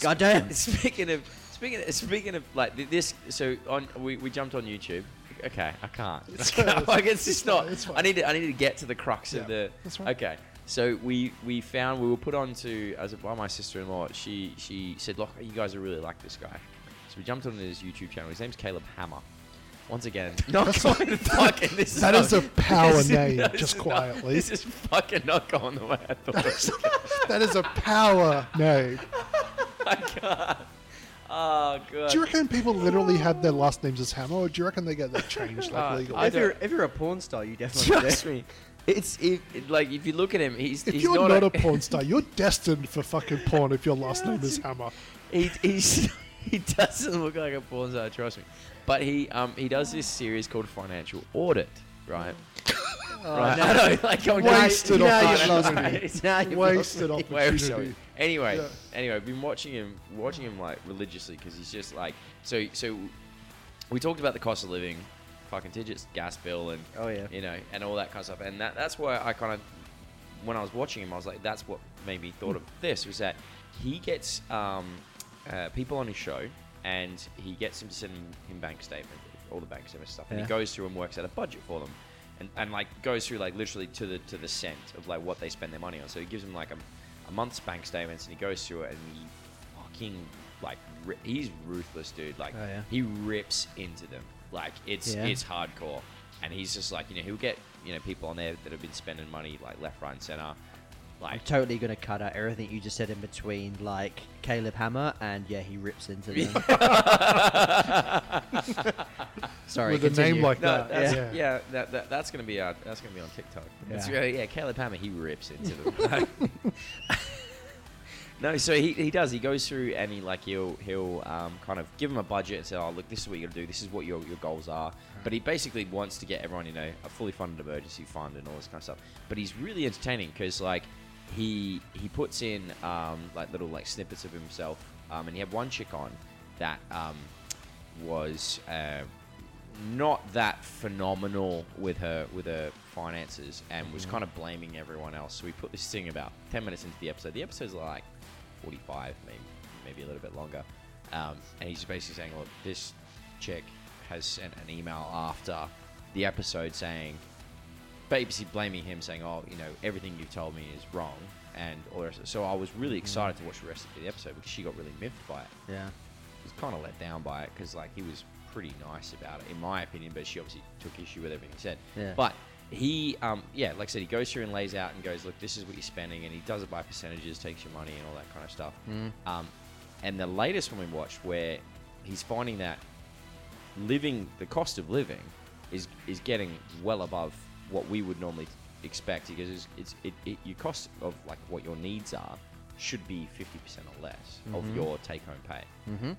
Speaker 2: Goddamn.
Speaker 4: [laughs] Speaking of, speaking of, speaking of, like th- this. So on, we, we jumped on YouTube. Okay, I can't.
Speaker 3: It's
Speaker 4: [laughs] I
Speaker 3: fine,
Speaker 4: can't. Like, it's
Speaker 3: it's
Speaker 4: just
Speaker 3: fine,
Speaker 4: not.
Speaker 3: it's fine.
Speaker 4: I need to. I need to get to the crux
Speaker 3: Yeah,
Speaker 4: of the.
Speaker 3: that's fine.
Speaker 4: Okay. So we we found we were put on to as by my sister-in-law. She she said, "Look, you guys will really like this guy." So we jumped onto his YouTube channel. His name's Caleb Hammer. Once again,
Speaker 3: [laughs]
Speaker 4: not going to fucking. This
Speaker 3: that
Speaker 4: is
Speaker 3: is a
Speaker 4: not-
Speaker 3: power
Speaker 4: this is-
Speaker 3: name,
Speaker 4: this
Speaker 3: just
Speaker 4: is not-
Speaker 3: quietly.
Speaker 4: This is fucking not going the way
Speaker 3: [laughs]
Speaker 4: I thought. it was
Speaker 3: that is a
Speaker 4: [laughs]
Speaker 3: power name.
Speaker 4: Oh god.
Speaker 3: Do you reckon people literally have their last names as Hammer, or do you reckon they get that changed like
Speaker 4: Uh,
Speaker 3: legally?
Speaker 4: I
Speaker 2: if,
Speaker 4: don't-
Speaker 2: you're, if you're a porn star,
Speaker 4: [laughs]
Speaker 2: you definitely
Speaker 4: Trust
Speaker 2: do.
Speaker 4: me. It's it, it- like if you look at him, he's
Speaker 3: if
Speaker 4: he's
Speaker 3: you're not,
Speaker 4: not,
Speaker 3: a, porn star, you're destined for fucking porn if your last name is Hammer.
Speaker 4: [laughs] he, he's, he doesn't look like a porn star. Trust me. But he um he does this series called Financial Audit, right?
Speaker 3: Oh.
Speaker 4: right. I know, [laughs] like I'm
Speaker 3: Wasted
Speaker 2: now
Speaker 4: I
Speaker 2: you've
Speaker 4: know,
Speaker 2: lost
Speaker 4: right?
Speaker 2: me. [laughs] Now you've lost
Speaker 3: Wasted
Speaker 2: me.
Speaker 4: [laughs] Where was I?
Speaker 3: opportunity.
Speaker 4: Anyway,
Speaker 3: Yeah.
Speaker 4: anyway, I've been watching him, watching him like religiously because he's just like so. So we talked about the cost of living, fucking digits, gas bill, and
Speaker 2: Oh, yeah.
Speaker 4: you know, and all that kind of stuff. And that that's why I kind of when I was watching him, I was like, that's what made me thought of this was that he gets um, uh, people on his show and he gets them to send him bank statements, all the bank statements stuff, and
Speaker 2: Yeah.
Speaker 4: he goes through and works out a budget for them. And, and like goes through like literally to the to the cent of like what they spend their money on. So he gives them like a, a month's bank statements and he goes through it and he fucking like ri- he's ruthless dude. Like
Speaker 2: Oh, yeah.
Speaker 4: he rips into them. Like it's
Speaker 2: Yeah.
Speaker 4: it's hardcore. And he's just like, you know, he'll get, you know, people on there that have been spending money like left, right, and center.
Speaker 2: I'm
Speaker 4: Like
Speaker 2: totally gonna cut out everything you just said in between, like Caleb Hammer and yeah, [laughs] he rips into
Speaker 4: [laughs]
Speaker 2: them.
Speaker 3: [laughs]
Speaker 2: Sorry,
Speaker 3: With a
Speaker 2: continue.
Speaker 3: name like
Speaker 4: no,
Speaker 3: that.
Speaker 4: that's, yeah,
Speaker 3: yeah.
Speaker 4: that, that, that's gonna be our, that's gonna be on TikTok. Yeah,
Speaker 2: Yeah.
Speaker 4: yeah Caleb Hammer, he rips into them. [laughs] no, so he, he does. He goes through and he like he'll he'll um, kind of give them a budget and say, oh look, this is what you got to do. This is what your, your goals are. But he basically wants to get everyone, you know, a fully funded emergency fund and all this kind of stuff. But he's really entertaining because like he he puts in um, like little like snippets of himself. Um, and he had one chick on that um, was. Uh, not that phenomenal with her with her finances and was kind of blaming everyone else. So we put this thing about ten minutes into the episode. The episode's like forty five, maybe maybe a little bit longer. Um, and he's basically saying, look, this chick has sent an email after the episode saying basically blaming him, saying, "Oh, you know, everything you've told me is wrong," and all the rest. of it. So I was really excited to watch the rest of the episode because she got really miffed by it.
Speaker 2: Yeah.
Speaker 4: was kind of let down by it because like he was pretty nice about it in my opinion, but she obviously took issue with everything he said.
Speaker 2: Yeah.
Speaker 4: But he, um, yeah, like I said, he goes through and lays out and goes, look, this is what you're spending, and he does it by percentages, takes your money and all that kind of stuff. Um, and the latest one we watched where he's finding that living the cost of living is is getting well above what we would normally expect because it's, it's it, it your cost of like what your needs are should be 50% or less
Speaker 2: Mm-hmm.
Speaker 4: of your take-home pay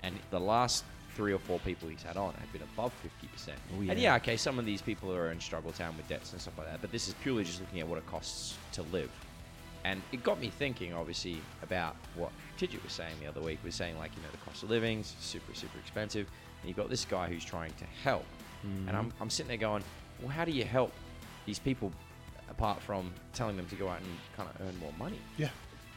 Speaker 4: and the last three or four people he's had on have been above 50%
Speaker 2: Oh,
Speaker 4: and
Speaker 2: yeah.
Speaker 4: yeah okay some of these people are in struggle town with debts and stuff like that but this is purely just looking at what it costs to live and it got me thinking, obviously, about what Tidget was saying the other week. Was saying like, you know, the cost of living's super, super expensive, and you've got this guy who's trying to help.
Speaker 3: Mm-hmm.
Speaker 4: And I'm, I'm sitting there going, well, how do you help these people apart from telling them to go out and kind of earn more money?
Speaker 3: Yeah.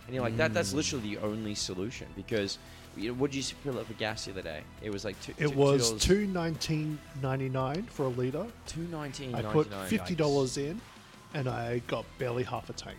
Speaker 4: And you're like, that
Speaker 3: Mm.
Speaker 4: that's literally the only solution because, you know, what did you fill up for gas the other day? It was like two.
Speaker 3: It
Speaker 4: two,
Speaker 3: was
Speaker 4: dollars-
Speaker 3: two nineteen ninety nine for a liter.
Speaker 4: two nineteen.
Speaker 3: I put fifty dollars in, and I got barely half a tank.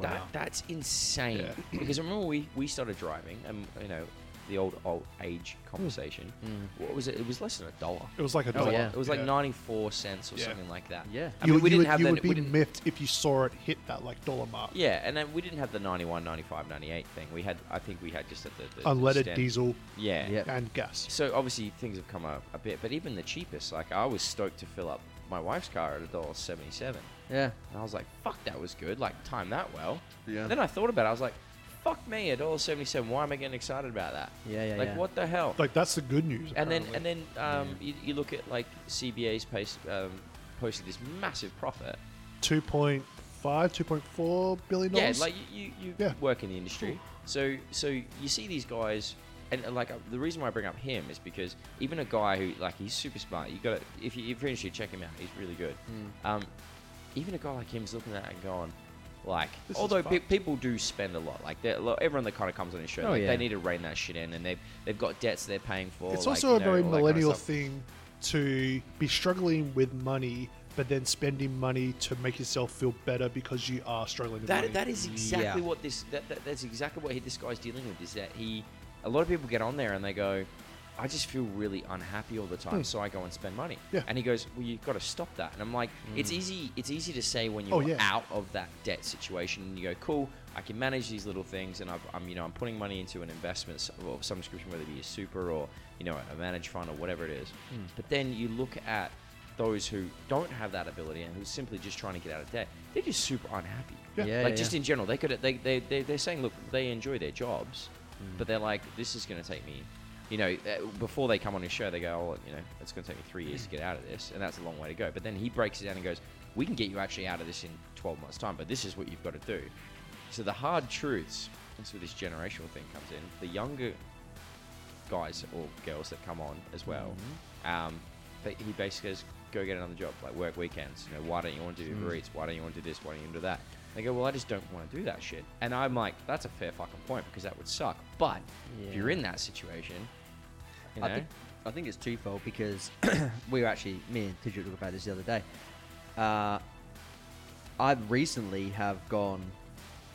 Speaker 4: That, that's insane.
Speaker 3: [clears throat] Yeah.
Speaker 4: because I remember we, we started driving, and you know, the old old age
Speaker 3: Hmm.
Speaker 4: conversation. What was it? It was less than a dollar.
Speaker 3: It was like a
Speaker 4: It was
Speaker 3: dollar.
Speaker 4: like, Oh, it was like
Speaker 3: Hmm. yeah.
Speaker 4: ninety four cents or
Speaker 3: Yeah.
Speaker 4: something like that.
Speaker 2: Yeah.
Speaker 4: I
Speaker 3: you
Speaker 4: mean,
Speaker 3: would- you
Speaker 4: we didn't
Speaker 3: would,
Speaker 4: have
Speaker 3: you
Speaker 4: the
Speaker 3: would be
Speaker 4: we didn't,
Speaker 3: miffed if you saw it hit that like dollar mark.
Speaker 4: Yeah, and then we didn't have the 91, 95, 98 thing. We had, I think we had just at the, the the
Speaker 3: Unleaded
Speaker 4: standard-
Speaker 3: diesel
Speaker 4: Yeah.
Speaker 2: Yeah.
Speaker 3: and gas.
Speaker 4: So obviously things have come up a bit, but even the cheapest, like I was stoked to fill up my wife's car at a dollar seventy seven.
Speaker 2: Yeah.
Speaker 4: And I was like, fuck, that was good. Like, time that well.
Speaker 2: Yeah.
Speaker 4: Then I thought about it. I was like, fuck me, at all 77. Why am I getting excited about that?
Speaker 2: Yeah, yeah,
Speaker 4: Like,
Speaker 2: yeah.
Speaker 4: what the hell?
Speaker 3: Like that's the good news.
Speaker 4: and then,
Speaker 3: apparently.
Speaker 4: and then um, you, you look at, like, CBA's pace, um, posted this massive profit.
Speaker 3: 2.5, 2.4 billion
Speaker 4: Yeah,
Speaker 3: dollars.
Speaker 4: like, you, you, you
Speaker 3: Yeah.
Speaker 4: work in the industry. So, so you see these guys. And uh, like uh, the reason why I bring up him is because even a guy who like he's super smart, you got to if you if you're interested, check him out. He's really good.
Speaker 3: Hmm.
Speaker 4: Um, even a guy like him's looking at it and going, like,
Speaker 3: This is
Speaker 4: although pe-
Speaker 3: fucked.
Speaker 4: people do spend a lot, like they're- like, everyone that kind of comes on his show,
Speaker 2: Oh,
Speaker 4: like,
Speaker 2: yeah.
Speaker 4: they need to rein that shit in, and they've they've got debts they're paying for.
Speaker 3: it's
Speaker 4: like,
Speaker 3: also
Speaker 4: you
Speaker 3: a
Speaker 4: know,
Speaker 3: very
Speaker 4: all that kinda
Speaker 3: millennial
Speaker 4: stuff.
Speaker 3: thing to be struggling with money, but then spending money to make yourself feel better because you are struggling with money.
Speaker 4: That, that is exactly
Speaker 2: Yeah.
Speaker 4: what this that, that that's exactly what he, this guy's dealing with is that he a lot of people get on there and they go I just feel really unhappy all the time
Speaker 3: Hmm.
Speaker 4: so I go and spend money
Speaker 3: Yeah.
Speaker 4: and he goes well you've got to stop that and I'm like it's easy it's easy to say when you're
Speaker 3: Oh, yeah.
Speaker 4: out of that debt situation and you go cool I can manage these little things and I've, I'm you know I'm putting money into an investment s- or some description whether it be a super or you know a managed fund or whatever it is
Speaker 3: Hmm.
Speaker 4: but then you look at those who don't have that ability and who are simply just trying to get out of debt they're just super unhappy
Speaker 3: Yeah.
Speaker 2: Yeah,
Speaker 4: like
Speaker 2: yeah,
Speaker 4: just
Speaker 2: yeah.
Speaker 4: in general, they could they they they they're saying look, they enjoy their jobs,
Speaker 2: Mm.
Speaker 4: but they're like this is going to take me, you know, uh, before they come on his show, they go, oh, you know, it's going to take me three years to get out of this, and that's a long way to go. But then he breaks it down and goes, we can get you actually out of this in 12 months' time, but this is what you've got to do. So the hard truths, that's where this generational thing comes in. The younger guys or girls that come on as well.
Speaker 2: Mm-hmm.
Speaker 4: Um, but he basically goes, go get another job, like work weekends. You know, why don't you want to
Speaker 2: Mm.
Speaker 4: do Uber Eats? Why don't you want to do this? Why don't you want to do that? They go, well, I just don't want to do that shit. And I'm like, that's a fair fucking point because that would suck. But if you're
Speaker 2: Yeah.
Speaker 4: in that situation, you know,
Speaker 2: I think, I think it's twofold because [clears throat] we were actually me and Tidget talked about this the other day. Uh, I recently have gone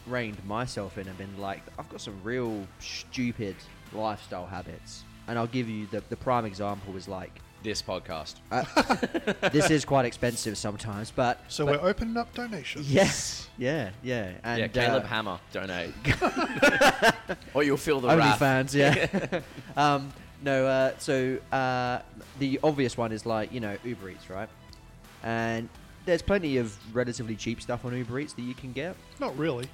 Speaker 2: reined myself in and been like, I've got some real stupid lifestyle habits, and I'll give you the the prime example is like.
Speaker 4: this podcast.
Speaker 2: this is quite expensive sometimes, but
Speaker 3: so
Speaker 2: but-
Speaker 3: we're opening up donations.
Speaker 2: yes, yeah, yeah, and
Speaker 4: yeah, Caleb
Speaker 2: uh,
Speaker 4: Hammer, donate. [laughs] or you'll feel the
Speaker 2: Only
Speaker 4: wrath.
Speaker 2: fans, yeah. [laughs] um, no, uh, so uh, the obvious one is like you know Uber Eats, right? And there's plenty of relatively cheap stuff on Uber Eats that you can get.
Speaker 3: Not really.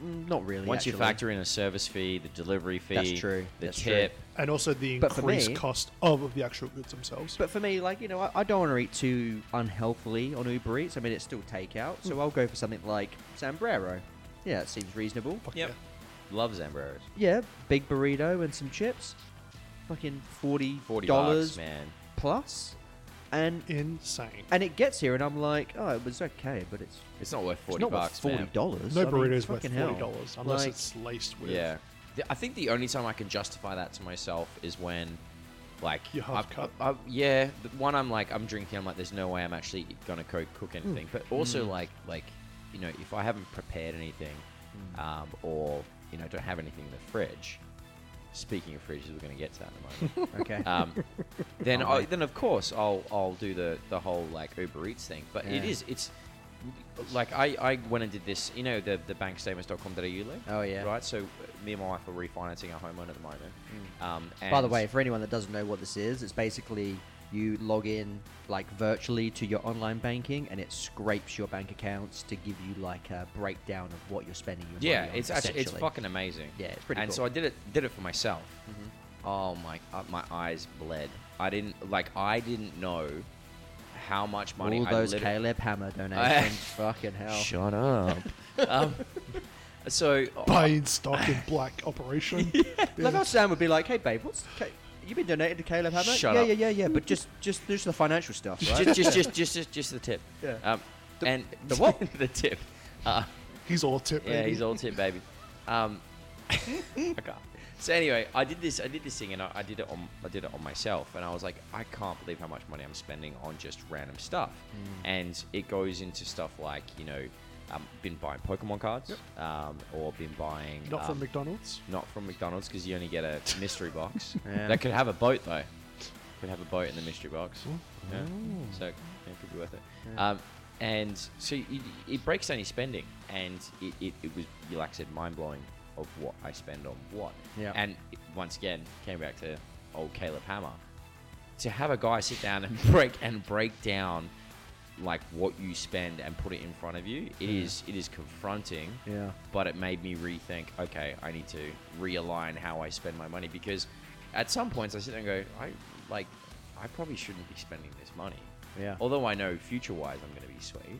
Speaker 2: Mm, Not really.
Speaker 4: Once you
Speaker 2: actually.
Speaker 4: factor in a service fee, the delivery fee,
Speaker 2: That's true,
Speaker 4: the
Speaker 2: that's true.
Speaker 4: tip,
Speaker 3: And also the
Speaker 2: But for
Speaker 3: increased
Speaker 2: me-
Speaker 3: cost of the actual goods themselves.
Speaker 2: But for me, like you know, I, I don't want to eat too unhealthily on Uber Eats. I mean, it's still takeout,
Speaker 4: Hmm.
Speaker 2: so I'll go for something like Sambrero. Yeah, it seems reasonable.
Speaker 3: Fuck
Speaker 4: yep. Love Zambreros.
Speaker 2: Yeah, big burrito and some chips. Fucking forty
Speaker 4: Forty
Speaker 2: dollars
Speaker 4: bucks, man.
Speaker 2: plus, and
Speaker 3: yeah. Insane.
Speaker 2: and it gets here, and I'm like, oh, it was okay, but it's
Speaker 4: It's not worth
Speaker 2: It's
Speaker 4: forty
Speaker 2: not worth
Speaker 4: bucks. man.
Speaker 2: forty dollars.
Speaker 3: No burrito is worth forty dollars unless
Speaker 2: Like,
Speaker 3: it's laced with
Speaker 4: Yeah. The- I think the only time I can justify that to myself is when, like,
Speaker 3: You're half
Speaker 4: I've-
Speaker 3: cut.
Speaker 4: I've- yeah, the one I'm like, I'm drinking. I'm like, there's no way I'm actually gonna co-
Speaker 3: Hmm.
Speaker 4: cook anything. But also, like, like, you know, if
Speaker 3: Hmm.
Speaker 4: I haven't prepared anything, um, or you know, don't have anything in the fridge, Speaking of fridges, we're going to get to that in
Speaker 3: [laughs]
Speaker 4: a
Speaker 2: [laughs]
Speaker 4: moment.
Speaker 2: Okay. [laughs]
Speaker 4: um, then
Speaker 2: Can't
Speaker 4: I,
Speaker 2: wait.
Speaker 4: then of course I'll I'll do the the whole like Uber Eats thing. But it
Speaker 2: Yeah.
Speaker 4: is it's like I, I went and did this. You know the the bankstatements.com.au link.
Speaker 2: Oh, yeah.
Speaker 4: Right. So uh, me and my wife are refinancing our home loan at the moment. Um, and
Speaker 2: Mm. By the way, for anyone that doesn't know what this is, it's basically you log in like virtually to your online banking, and it scrapes your bank accounts to give you like a breakdown of what you're spending your
Speaker 4: yeah,
Speaker 2: money on,
Speaker 4: it's actually it's
Speaker 2: essentially.
Speaker 4: fucking amazing.
Speaker 2: Yeah, it's pretty
Speaker 4: And
Speaker 2: cool. Mm-hmm.
Speaker 4: so I did it did it for myself. Oh my uh, my eyes bled. I didn't like I didn't know how much money
Speaker 2: all
Speaker 4: I
Speaker 2: those
Speaker 4: literally-
Speaker 2: Caleb Hammer
Speaker 4: [laughs]
Speaker 2: donations. fucking hell. [laughs]
Speaker 4: Shut up. um, so
Speaker 3: Buying stock in black
Speaker 4: [laughs]
Speaker 3: operation.
Speaker 2: Like our Sam would be like, "Hey babe, what's Ca- you been donated to Caleb Hammer?
Speaker 4: Shut
Speaker 2: yeah,
Speaker 4: up.
Speaker 2: yeah, yeah, yeah. But just just just the financial stuff,
Speaker 4: [laughs]
Speaker 2: right?
Speaker 4: just, just, just, just, just, just the tip.
Speaker 2: Yeah.
Speaker 4: Um,
Speaker 2: The-
Speaker 4: and
Speaker 2: the what?
Speaker 4: [laughs] the tip. Uh,
Speaker 3: He's all tip.
Speaker 4: yeah,
Speaker 3: baby.
Speaker 4: he's all tip, baby. Um,
Speaker 2: [laughs]
Speaker 4: I can't. So anyway, I did this. I did this thing, and I, I did it on. I did it on myself, and I was like, I can't believe how much money I'm spending on just random stuff.
Speaker 2: Mm.
Speaker 4: And it goes into stuff like you know, um, been buying Pokemon cards, um, or been buying
Speaker 3: Not from
Speaker 4: um,
Speaker 3: McDonald's.
Speaker 4: not from McDonald's because you only get a mystery box.
Speaker 2: [laughs] Yeah.
Speaker 4: That could have a boat though. Could have a boat in the mystery box. Yeah.
Speaker 2: Oh.
Speaker 4: So yeah, it could be worth it. Um, and so it, it breaks down your spending, and it, it, it was like I said, mind blowing of what I spend on what.
Speaker 2: Yeah.
Speaker 4: And it- once again, came back to old Caleb Hammer. To have a guy sit down and [laughs] break and break down like what you spend and put it in front of you, it is it is confronting
Speaker 2: yeah.
Speaker 4: but it made me rethink okay i need to realign how i spend my money because at some points i sit there and go i like i probably shouldn't be spending this money
Speaker 2: Yeah.
Speaker 4: although i know future wise i'm going to be sweet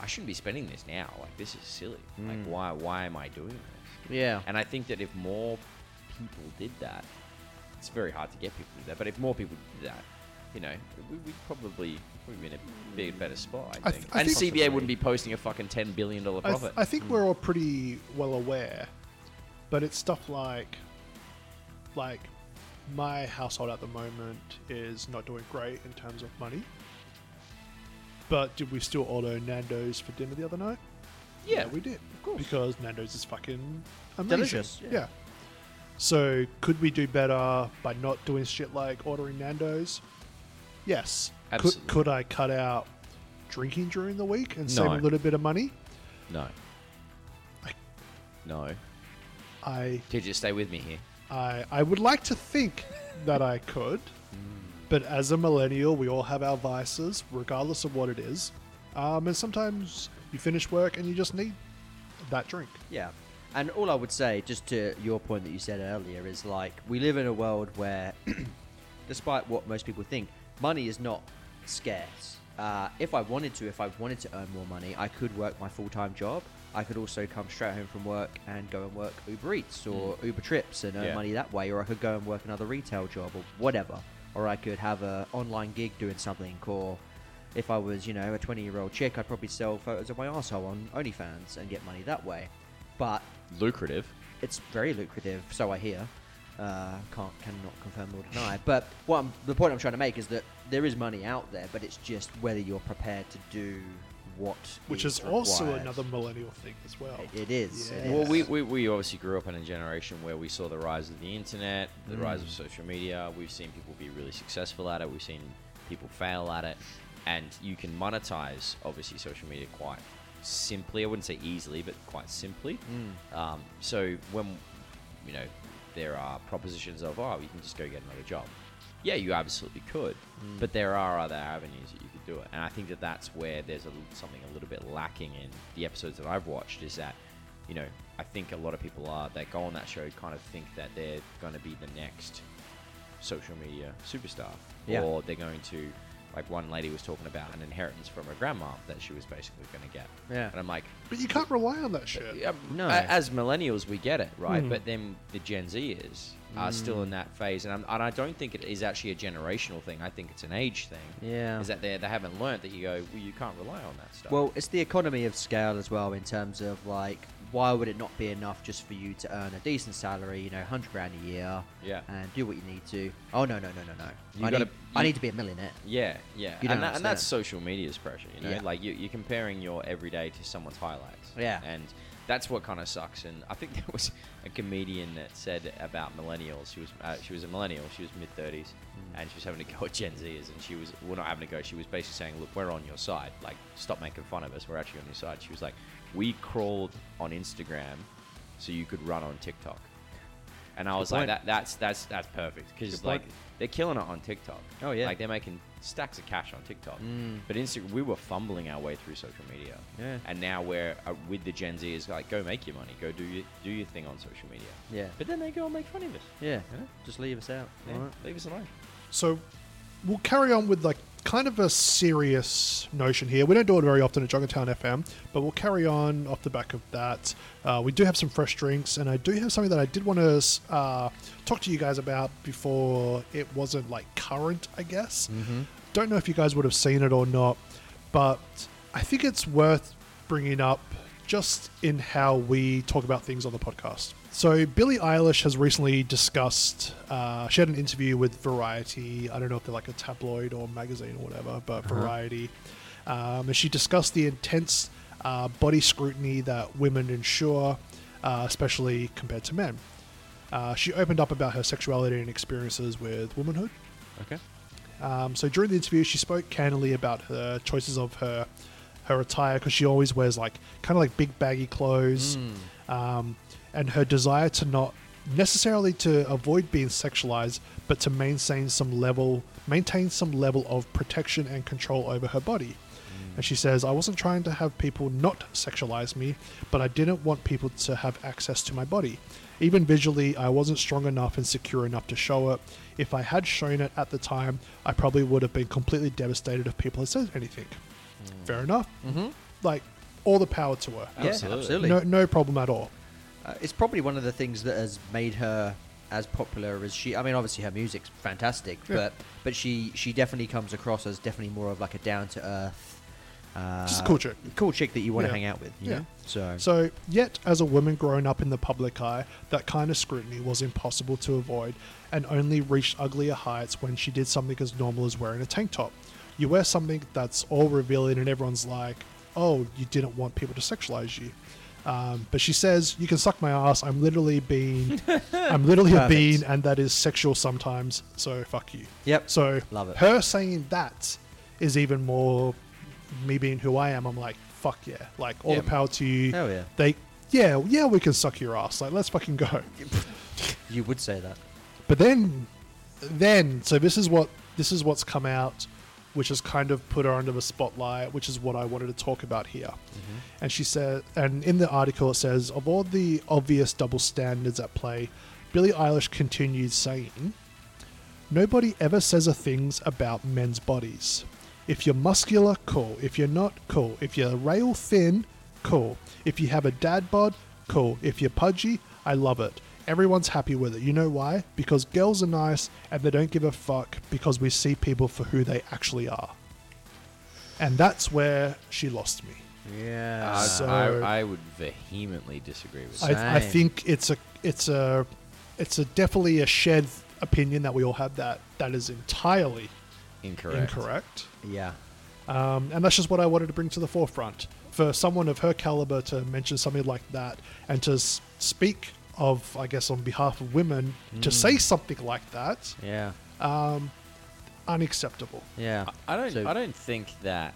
Speaker 4: i shouldn't be spending this now like this is silly like why why am i doing this
Speaker 2: Mm. Yeah.
Speaker 4: and i think that if more people did that it's very hard to get people to do that but if more people did that you know, we- we'd probably we'd be in a big, better spot. I
Speaker 3: I
Speaker 4: think,
Speaker 3: th- I
Speaker 4: and
Speaker 3: think-
Speaker 4: CBA wouldn't be posting a fucking ten billion dollar
Speaker 3: I, th-
Speaker 4: profit.
Speaker 3: I think we're all pretty well aware, but it's stuff like, like, my household at the moment is not doing great in terms of money. But did we still order Nando's for dinner the other night?
Speaker 4: yeah,
Speaker 3: we did. Of course, because Nando's is fucking amazing.
Speaker 2: Delicious, yeah.
Speaker 3: Yeah. So could we do better by not doing shit like ordering Nando's? Yes.
Speaker 4: Absolutely.
Speaker 3: Could, could I cut out drinking during the week and save
Speaker 4: No.
Speaker 3: a little bit of money?
Speaker 4: No.
Speaker 3: Like-
Speaker 4: No.
Speaker 3: I
Speaker 4: Did you stay with me here?
Speaker 3: I, I would like to think that I could, but as a millennial, we all have our vices, regardless of what it is. Um, and sometimes you finish work and you just need that drink.
Speaker 2: [laughs] Yeah. And all I would say, just to your point that you said earlier, is like we live in a world where, despite what most people think, money is not scarce. Uh, if I wanted to, if I wanted to earn more money, I could work my full time job. I could also come straight home from work and go and work Uber Eats or Uber Trips and earn
Speaker 4: Yeah.
Speaker 2: money that way, or I could go and work another retail job or whatever, or I could have a online gig doing something, or if I was, you know, a 20 year old chick, I'd probably sell photos of my asshole on OnlyFans and get money that way. But
Speaker 4: Lucrative.
Speaker 2: it's very lucrative, so I hear. Uh, can't cannot confirm nor deny. But what I'm, the point I'm trying to make is that there is money out there, but it's just whether you're prepared to do what.
Speaker 3: which is also
Speaker 2: required.
Speaker 3: another millennial thing as well.
Speaker 2: It- it is. it
Speaker 3: Yeah.
Speaker 4: Well,
Speaker 2: is.
Speaker 4: we, we, we obviously grew up in a generation where we saw the rise of the internet, the rise of social media. We've seen people be really successful at it. We've seen people fail at it. And you can monetize, obviously, social media quite simply. I wouldn't say easily, but quite simply. Um, so when, you know, there are propositions of, oh, you can just go get another job. Yeah, you absolutely could.
Speaker 2: Mm.
Speaker 4: But there are other avenues that you could do it. And I think that that's where there's a, something a little bit lacking in the episodes that I've watched is that you know, I think a lot of people are that go on that show kind of think that they're going to be the next social media superstar,
Speaker 2: Yeah.
Speaker 4: or they're going to, like one lady was talking about an inheritance from her grandma that she was basically going to get.
Speaker 2: Yeah.
Speaker 4: and I'm like,
Speaker 3: But you can't rely on that shit.
Speaker 4: yeah,
Speaker 2: No. Hmm.
Speaker 4: no. As millennials, we get it, right?
Speaker 3: Mm.
Speaker 4: But then the Gen Zers are still in that phase, and, I'm, and I don't think it is actually a generational thing. I think it's an age thing.
Speaker 2: Yeah.
Speaker 4: is that they they haven't learnt that you go, well, you can't rely on that stuff.
Speaker 2: Well, it's the economy of scale as well in terms of like why would it not be enough just for you to earn a decent salary, you know, hundred grand a year,
Speaker 4: Yeah.
Speaker 2: and do what you need to. Oh no no no no no!
Speaker 4: You
Speaker 2: I,
Speaker 4: gotta-
Speaker 2: need, I
Speaker 4: you-
Speaker 2: need to be a millionaire.
Speaker 4: Yeah, yeah,
Speaker 2: You don't
Speaker 4: and, that, and
Speaker 2: understand.
Speaker 4: that's social media's pressure. You know,
Speaker 2: Yeah.
Speaker 4: like you, you're comparing your everyday to someone's highlights.
Speaker 2: Yeah.
Speaker 4: and that's what kind of sucks. And I think [laughs] there was a comedian that said about millennials. She was uh, she was a millennial. She was mid thirties,
Speaker 2: Mm.
Speaker 4: and she was having a go at Gen Zers. And she was well, not having a go. She was basically saying, "Look, we're on your side. Like, stop making fun of us. We're actually on your side." She was like, "We crawled on Instagram, so you could run on TikTok." And I was
Speaker 2: point.
Speaker 4: like, "That that's that's that's perfect because
Speaker 2: Good
Speaker 4: like
Speaker 2: point.
Speaker 4: they're killing it on TikTok.
Speaker 2: Oh, yeah.
Speaker 4: like they're making stacks of cash on TikTok.
Speaker 2: Mm.
Speaker 4: But Instagram, we were fumbling our way through social media.
Speaker 2: Yeah.
Speaker 4: And now we're uh, with the Gen Z is like, go make your money, go do your, do your thing on social media.
Speaker 2: Yeah.
Speaker 4: But then they go and make fun of us.
Speaker 2: Yeah.
Speaker 4: Yeah.
Speaker 2: Just leave us out.
Speaker 4: Yeah,
Speaker 2: alright?
Speaker 4: Leave us alone.
Speaker 3: So we'll carry on with like kind of a serious notion here. We don't do it very often at Joggertown FM, but we'll carry on off the back of that. Uh, we do have some fresh drinks, and I do have something that I did want to uh, talk to you guys about before it wasn't like current, I guess. Don't know if you guys would have seen it or not, but I think it's worth bringing up just in how we talk about things on the podcast. So, Billie Eilish has recently discussed, uh, she had an interview with Variety. I don't know if they're like a tabloid or magazine or whatever, but Variety. Um, and she discussed the intense uh, body scrutiny that women endure, uh, especially compared to men. Uh, she opened up about her sexuality and experiences with womanhood.
Speaker 4: Okay.
Speaker 3: Um, so during the interview, she spoke candidly about her choices of her her attire because she always wears like kind of like big baggy clothes, um, and her desire to not necessarily to avoid being sexualized, but to maintain some level maintain some level of protection and control over her body. And she says, I wasn't trying to have people not sexualize me, but I didn't want people to have access to my body. Even visually, I wasn't strong enough and secure enough to show it. If I had shown it at the time, I probably would have been completely devastated if people had said anything. Fair enough. Mm-hmm. Like, all the power to her.
Speaker 2: Yeah,
Speaker 4: Absolutely.
Speaker 2: absolutely.
Speaker 3: No, no problem at all.
Speaker 2: Uh, it's probably one of the things that has made her as popular as she. I mean, obviously her music's fantastic,
Speaker 3: Yeah.
Speaker 2: but but she she definitely comes across as definitely more of like a down to earth. Uh,
Speaker 3: Just a cool chick.
Speaker 2: Cool chick that you want to
Speaker 3: Yeah.
Speaker 2: hang out with. You
Speaker 3: Yeah.
Speaker 2: Know? So,
Speaker 3: So, yet as a woman growing up in the public eye, that kind of scrutiny was impossible to avoid and only reached uglier heights when she did something as normal as wearing a tank top. You wear something that's all revealing, and everyone's like, oh, you didn't want people to sexualize you. Um, but she says, you can suck my ass. I'm
Speaker 2: [laughs]
Speaker 3: literally being, I'm literally a
Speaker 2: Perfect.
Speaker 3: bean, and that is sexual sometimes. So fuck you.
Speaker 2: Yep.
Speaker 3: So
Speaker 2: Love it.
Speaker 3: her saying that is even more me being who I am. I'm like, fuck yeah. Like all
Speaker 4: Yeah,
Speaker 3: the
Speaker 4: man.
Speaker 3: power to you.
Speaker 2: Hell yeah.
Speaker 3: They, yeah, yeah, we can suck your ass. Like, let's
Speaker 2: [laughs]
Speaker 3: fucking go.
Speaker 2: you would say that.
Speaker 3: But then, then, so this is what this is what's come out, which has kind of put her under the spotlight, which is what I wanted to talk about here.
Speaker 2: Mm-hmm.
Speaker 3: And she said, and in the article it says, of all the obvious double standards at play, Billie Eilish continued saying, "Nobody ever says a things about men's bodies. If you're muscular, cool. If you're not, cool. If you're rail thin, cool. If you have a dad bod, cool. If you're pudgy, I love it. Everyone's happy with it. You know why? Because girls are nice and they don't give a fuck because we see people for who they actually are. And that's where she lost me.
Speaker 2: Yeah.
Speaker 4: I-
Speaker 3: Uh, So-
Speaker 4: Uh, I, I would vehemently disagree with that.
Speaker 3: I, I
Speaker 2: Same.
Speaker 3: think it's a it's a it's a definitely a shared opinion that we all have that that is entirely
Speaker 4: Incorrect.
Speaker 3: incorrect.
Speaker 2: yeah.
Speaker 3: Um, and that's just what I wanted to bring to the forefront. For someone of her caliber to mention something like that and to s- speak of, I guess, on behalf of women, to say something like that,
Speaker 2: Yeah.
Speaker 3: unacceptable.
Speaker 2: Yeah.
Speaker 4: I don't.
Speaker 2: So-
Speaker 4: I don't think that.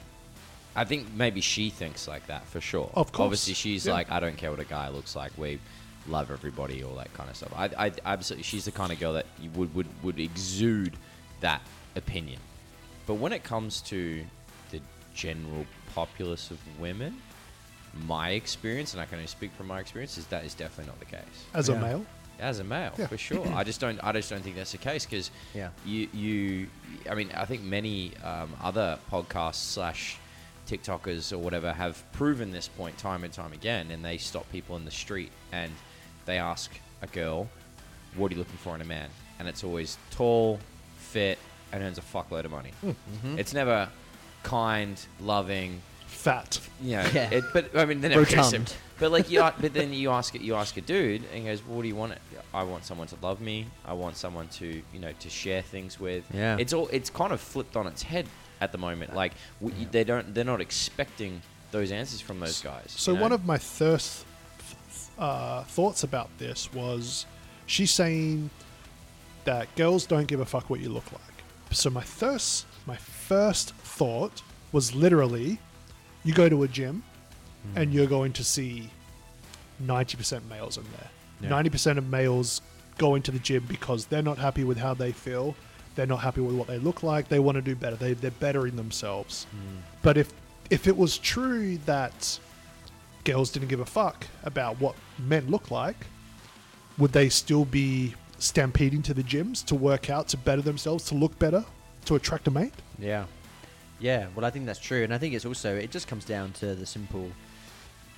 Speaker 4: I think maybe she thinks like that for sure.
Speaker 3: Of course,
Speaker 4: Obviously, she's
Speaker 3: yeah.
Speaker 4: like, I don't care what a guy looks like. We love everybody, all that kind of stuff. I, I absolutely. She's the kind of girl that you would would would exude that opinion. But when it comes to the general populace of women, my experience, and I can only speak from my experience, is that is definitely not the case
Speaker 3: As a
Speaker 2: Yeah.
Speaker 3: male,
Speaker 4: as a male
Speaker 3: Yeah.
Speaker 4: for sure. I just don't. I just don't think that's the case because
Speaker 2: Yeah.
Speaker 4: you you. I mean, I think many um, other podcasts slash TikTokers or whatever have proven this point time and time again, and they stop people in the street and they ask a girl, "What are you looking for in a man?" And it's always tall, fit, and earns a fuckload of money. It's never kind, loving,
Speaker 3: fat.
Speaker 4: yeah,
Speaker 2: Yeah.
Speaker 4: It, but I mean, then it makes him.
Speaker 2: Rotund.
Speaker 4: But
Speaker 2: [laughs]
Speaker 4: like you, a- but then you ask it, you ask a dude, and he goes, well, "What do you want? I want someone to love me. I want someone to, you know, to share things with.
Speaker 2: Yeah.
Speaker 4: it's all it's kind of flipped on its head at the moment. Like w- you they don't, they're not expecting those answers from those guys.
Speaker 3: So
Speaker 4: you know?
Speaker 3: one of my thirst uh, thoughts about this was she's saying that girls don't give a fuck what you look like. So my first my first thought was literally, you go to a gym, and you're going to see ninety percent males in there.
Speaker 4: Yeah.
Speaker 3: Ninety percent of males go into the gym because they're not happy with how they feel. They're not happy with what they look like. They want to do better. They, they're bettering themselves. But if if it was true that girls didn't give a fuck about what men look like, would they still be stampeding to the gyms to work out, to better themselves, to look better, to attract a mate?
Speaker 2: Yeah. Yeah, well, I think that's true. And I think it's also, it just comes down to the simple,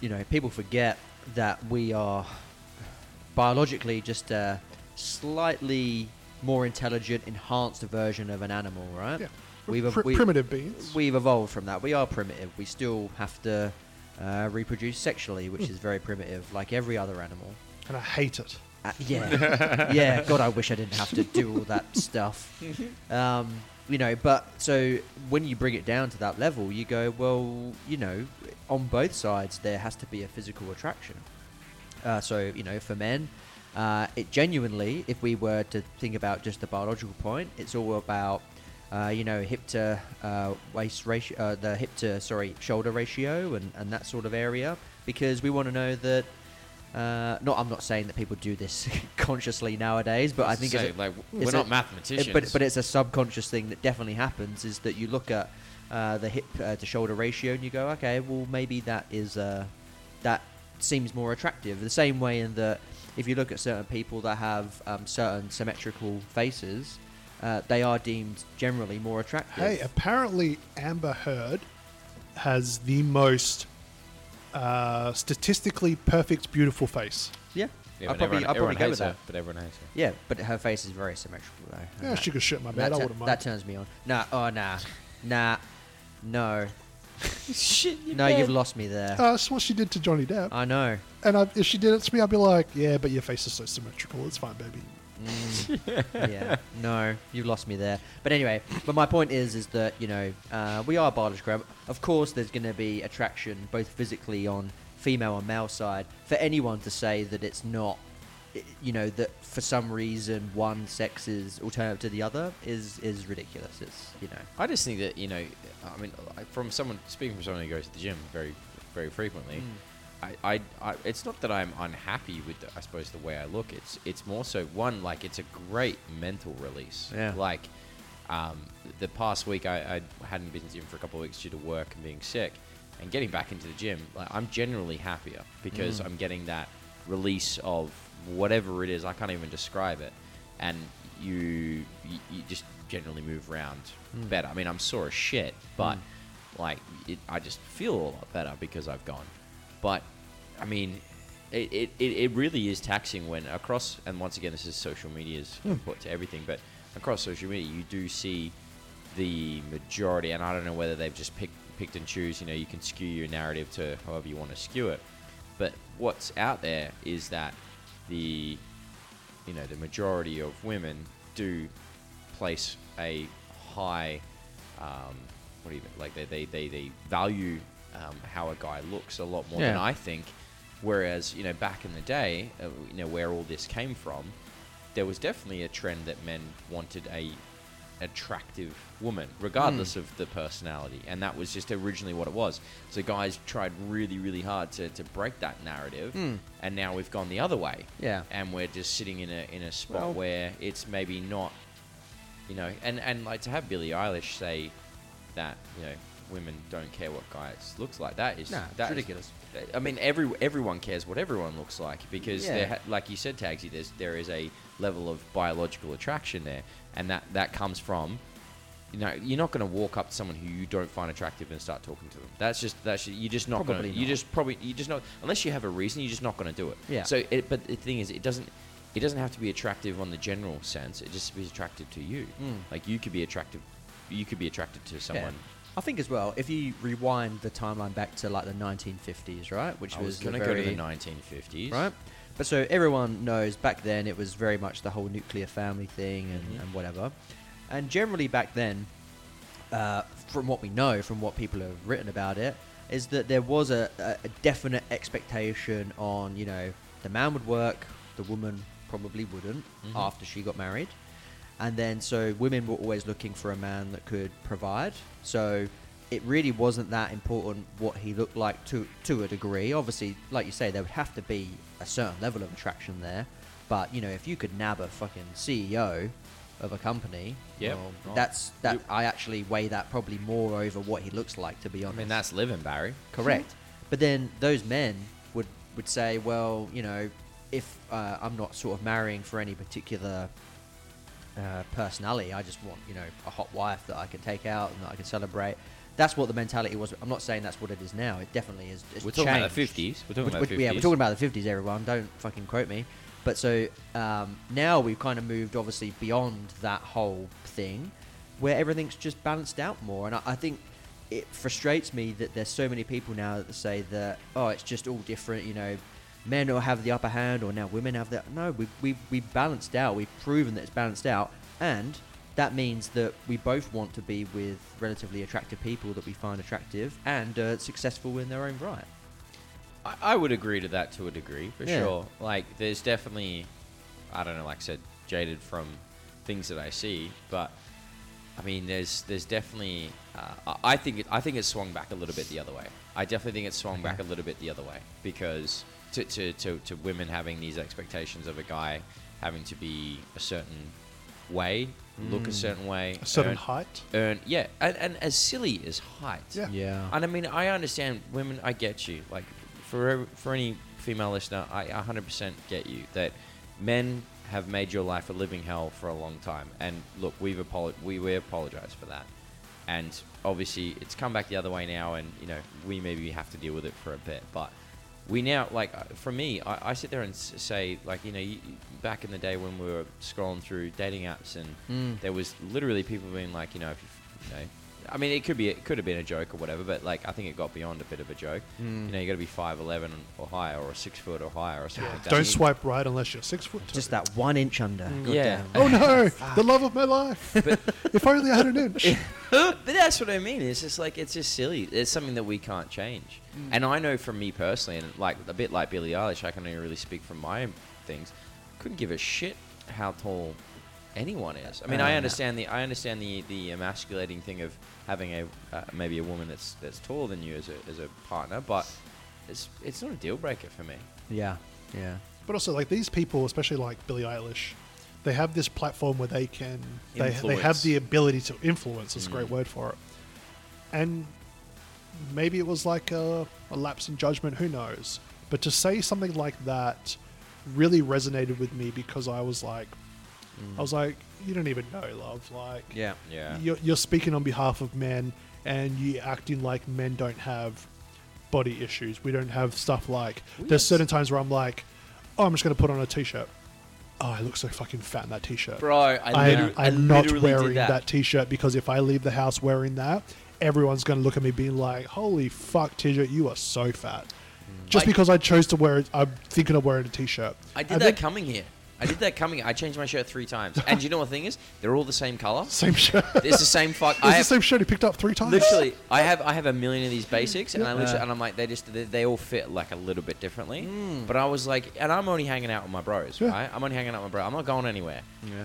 Speaker 2: you know, people forget that we are biologically just a slightly more intelligent, enhanced version of an animal, right?
Speaker 3: Yeah.
Speaker 2: We've, ev-
Speaker 3: Pri-
Speaker 2: we-
Speaker 3: primitive beings.
Speaker 2: We've evolved from that. We are primitive. We still have to uh, reproduce sexually, which
Speaker 3: Hmm.
Speaker 2: is very primitive, like every other animal.
Speaker 3: and I hate it.
Speaker 2: Uh, yeah, yeah. God, I wish I didn't have to do all that stuff. Um, you know, but so when you bring it down to that level, you go, well, you know, on both sides there has to be a physical attraction. Uh, so you know, for men, uh, it genuinely, if we were to think about just the biological point, it's all about. Uh, you know, hip to uh, waist ratio, uh, the hip to sorry shoulder ratio, and, and that sort of area, because we want to know that uh, not, I'm not saying that people do this [laughs] consciously nowadays, but I think
Speaker 4: so,
Speaker 2: it's a-
Speaker 4: like we're
Speaker 2: it's
Speaker 4: not
Speaker 2: a-
Speaker 4: mathematicians,
Speaker 2: it- but but it's a subconscious thing that definitely happens. Is that you look at uh, the hip uh, to shoulder ratio and you go, okay, well maybe that is uh, that seems more attractive. The same way in that if you look at certain people that have um, certain symmetrical faces, uh, they are deemed generally more attractive.
Speaker 3: Hey, apparently Amber Heard has the most uh, statistically perfect, beautiful face.
Speaker 2: yeah,
Speaker 4: Yeah,
Speaker 2: I'll
Speaker 4: but
Speaker 2: probably
Speaker 4: everyone,
Speaker 2: I'll probably
Speaker 4: everyone
Speaker 2: go
Speaker 4: hates
Speaker 2: with that.
Speaker 4: her, But everyone hates her.
Speaker 2: Yeah, but her face is very symmetrical though. and
Speaker 3: Yeah,
Speaker 2: that-
Speaker 3: she could shit my
Speaker 2: That,
Speaker 3: bed. I
Speaker 2: tu-
Speaker 3: wouldn't mind.
Speaker 2: that turns me on. Nah, oh nah, nah, no,
Speaker 4: [laughs] Shit,
Speaker 2: no, you've lost me there.
Speaker 3: Uh, that's what she did to Johnny Depp.
Speaker 2: I know.
Speaker 3: and I, if she did it to me, I'd be like, yeah, but your face is so symmetrical. It's fine, baby.
Speaker 2: Mm. yeah, no, you've lost me there. But anyway, but my point is, is that you know uh, we are biological. Of course, there's going to be attraction both physically on female and male side. For anyone to say that it's not, i- you know, that for some reason one sex is alternative to the other is is ridiculous. It's you know,
Speaker 4: I just think that you know, I mean, like, from someone speaking from someone who goes to the gym very, very frequently, I, I, I, it's not that I'm unhappy with, the, I suppose, the way I look. It's, it's more so one like it's a great mental release.
Speaker 2: Yeah.
Speaker 4: Like, um, the past week I, I hadn't been to the gym for a couple of weeks due to work and being sick, and getting back into the gym, like I'm generally happier because I'm getting that release of whatever it is. I can't even describe it, and you, you, you just generally move around better. I mean, I'm sore as shit, but like it, I just feel a lot better because I've gone. But I mean, it, it, it it really is taxing when across and once again this is social media's input to everything, but across social media you do see the majority, and I don't know whether they've just picked picked and choose. You know, you can skew your narrative to however you want to skew it, but what's out there is that the you know the majority of women do place a high um, what do you like they they, they, they value um, how a guy looks a lot more than
Speaker 2: Yeah.
Speaker 4: I think whereas you know back in the day uh, you know where all this came from there was definitely a trend that men wanted a attractive woman regardless
Speaker 2: Hmm.
Speaker 4: of the personality and that was just originally what it was so guys tried really really hard to, to break that narrative and now we've gone the other way
Speaker 2: Hmm. Yeah.
Speaker 4: and we're just sitting in a in a spot
Speaker 2: Well-
Speaker 4: where it's maybe not, you know, and and like to have Billie Eilish say that you know women don't care what guys looks like that is
Speaker 2: Nah, it's
Speaker 4: that is-
Speaker 2: ridiculous.
Speaker 4: I mean, every everyone cares what everyone looks like because
Speaker 2: Yeah.
Speaker 4: there ha- like you said, Tagsy, there's there is a level of biological attraction there, and that that comes from. You know, you're not going to walk up to someone who you don't find attractive and start talking to them. That's just that's you're just not going to
Speaker 2: Probably
Speaker 4: you
Speaker 2: not.
Speaker 4: just probably you just not unless you have a reason you're just not going to do it.
Speaker 2: Yeah.
Speaker 4: So, it, but the thing is, it doesn't it doesn't have to be attractive on the general sense. It just be attractive to you.
Speaker 2: Mm.
Speaker 4: Like you could be attractive, you could be attracted to
Speaker 2: Yeah.
Speaker 4: someone.
Speaker 2: I think as well, if you rewind the timeline back to like the 1950s, right, which
Speaker 4: I was
Speaker 2: the
Speaker 4: going to go to the
Speaker 2: very-
Speaker 4: 1950s,
Speaker 2: right? But so everyone knows back then it was very much the whole nuclear family thing and,
Speaker 4: Mhm.
Speaker 2: and whatever. And generally back then, uh, from what we know, from what people have written about it, is that there was a, a a definite expectation on you know the man would work, the woman probably wouldn't
Speaker 4: Mm-hmm.
Speaker 2: after she got married. And then, so women were always looking for a man that could provide. So it really wasn't that important what he looked like to to a degree. Obviously, like you say, there would have to be a certain level of attraction there. But you know, if you could nab a fucking CEO of a company,
Speaker 4: Yep.
Speaker 2: well,
Speaker 4: Right.
Speaker 2: that's that.
Speaker 4: You-
Speaker 2: I actually weigh that probably more over what he looks like, to be
Speaker 4: I
Speaker 2: honest.
Speaker 4: mean, that's living, Barry.
Speaker 2: Correct. But then those men would would say, well, you know, if uh, I'm not sort of marrying for any particular uh, personality, I just want you know a hot wife that I can take out and that I can celebrate. That's what the mentality was. I'm not saying that's what it is now. It definitely is. It's
Speaker 4: We're talking about the
Speaker 2: changed.
Speaker 4: 50s. We're talking about the
Speaker 2: Yeah, we're
Speaker 4: 50s.
Speaker 2: talking about the 50s. Everyone, don't fucking quote me. But so um, now we've kind of moved, obviously, beyond that whole thing, where everything's just balanced out more. And I, I think it frustrates me that there's so many people now that say that oh, it's just all different. You know, men will have the upper hand, or now women have that. No, we we we balanced out. We've proven that it's balanced out, and that means that we both want to be with relatively attractive people that we find attractive and uh, successful in their own right.
Speaker 4: I, I would agree to that to a degree, for
Speaker 2: Yeah.
Speaker 4: sure. Like, there's definitely, I don't know, like I said, jaded from things that I see, but I mean, there's there's definitely, uh, I- I think it, I think it's swung back a little bit the other way. I definitely think it's swung back a little bit the other way because to to, to, to women having these expectations of a guy having to be a certain way, look a certain way,
Speaker 3: A certain
Speaker 4: earn-
Speaker 3: height.
Speaker 4: earn yeah and, and as silly as height
Speaker 3: Yeah.
Speaker 2: Yeah.
Speaker 4: and i mean i understand women i get you like for for any female listener i 100% get you that men have made your life a living hell for a long time and look we've apolo- we, we apologize for that and obviously it's come back the other way now and you know we maybe have to deal with it for a bit but we now like uh, for me I, I sit there and s- say like you know you, you- back in the day when we were scrolling through dating apps and
Speaker 2: Mm.
Speaker 4: there was literally people being like you know if you, you know I mean it could be it could have been a joke or whatever but like I think it got beyond a bit of a joke you know you got to be 5'11 or higher or 6 foot or higher or something like that
Speaker 3: Don't swipe right unless you're six foot. two.
Speaker 2: Just that Ah. one inch under. God
Speaker 4: Mm. Yeah.
Speaker 2: damn.
Speaker 3: Oh
Speaker 4: [laughs]
Speaker 2: [laughs]
Speaker 3: no, the love of my life. [laughs] if only I had an inch.
Speaker 4: but that's what I mean. It's just like it's just silly. It's something that we can't change. And I know from me personally, and like a bit like Billie Eilish, I can only really speak from my own things. Couldn't give a shit how tall anyone is. I mean, I
Speaker 2: Uh,
Speaker 4: understand the I understand the the emasculating thing of having a uh, maybe a woman that's that's taller than you as a as a partner, but it's it's not a deal breaker for me.
Speaker 2: Yeah, yeah.
Speaker 3: But also, like these people, especially like Billie Eilish, they have this platform where they can they, they have
Speaker 4: Influence.
Speaker 3: the ability to influence. It's a great word for it. And maybe it was like a, a lapse in judgment. Who knows? But to say something like that really resonated with me because I was like, I was like, you don't even know, love. Like,
Speaker 2: Yeah.
Speaker 4: Yeah.
Speaker 3: you're, you're speaking on behalf of men and you acting like men don't have body issues we don't have stuff like there's certain times where i'm like oh i'm just going to put on a t-shirt oh i look so fucking fat in that t-shirt
Speaker 4: Bro, I,
Speaker 3: I,
Speaker 4: literally- I
Speaker 3: i'm not
Speaker 4: literally did
Speaker 3: wearing that. t-shirt because if i leave the house wearing that everyone's going to look at me being like holy fuck t-shirt you are so fat just
Speaker 4: Like-
Speaker 3: because i chose to wear it i'm thinking of wearing a t-shirt
Speaker 4: I did
Speaker 3: And
Speaker 4: that
Speaker 3: then-
Speaker 4: coming here. I did that coming. here. I changed my shirt three times. And you know what the thing is? They're all the same color.
Speaker 3: same shirt [laughs]
Speaker 4: It's the same fuck.
Speaker 3: it's
Speaker 4: I
Speaker 3: the
Speaker 4: have,
Speaker 3: same shirt he picked up three times
Speaker 4: literally, I have I have a million of these basics, and I literally,
Speaker 2: Yeah.
Speaker 4: and I'm like, they just they, they all fit like a little bit differently. But I was like, and I'm only hanging out with my bros,
Speaker 3: Mm. Yeah.
Speaker 4: right? I'm only hanging out with my bro. I'm not going anywhere.
Speaker 2: Yeah.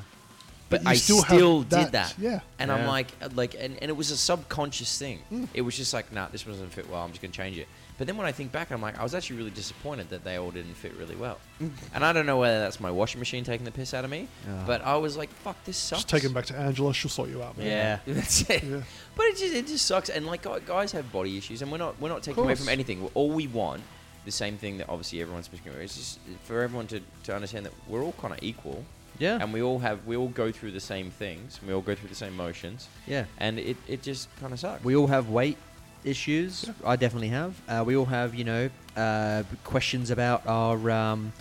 Speaker 4: But,
Speaker 3: you
Speaker 4: I
Speaker 3: still
Speaker 4: still,
Speaker 3: have that,
Speaker 4: did that.
Speaker 3: yeah.
Speaker 4: And I'm
Speaker 2: Yeah.
Speaker 4: like, like, and, and it was a subconscious thing.
Speaker 3: Mm.
Speaker 4: It was just like, nah, this one doesn't fit well. I'm just gonna change it. But then when I think back, I'm like, I was actually really disappointed that they all didn't fit really well.
Speaker 3: Mm.
Speaker 4: and I don't know whether that's my washing machine taking the piss out of me,
Speaker 2: Ah.
Speaker 4: but I was like, fuck, this sucks.
Speaker 3: just take him back to angela she'll sort you out man.
Speaker 2: Yeah.
Speaker 4: [laughs] That's it.
Speaker 3: Yeah.
Speaker 4: But it just it just sucks. And like gu- guys have body issues, and we're not we're not taking away from
Speaker 3: course.
Speaker 4: anything. All we want the same thing that obviously everyone's speaking about is just uh, for everyone to, to understand that we're all kind of equal,
Speaker 2: Yeah.
Speaker 4: and we all have we all go through the same things, we all go through the same motions,
Speaker 2: Yeah.
Speaker 4: and it, it just kind of sucks.
Speaker 2: We all have weight issues. I definitely have. Uh, we all have, you know, uh, questions about our, um,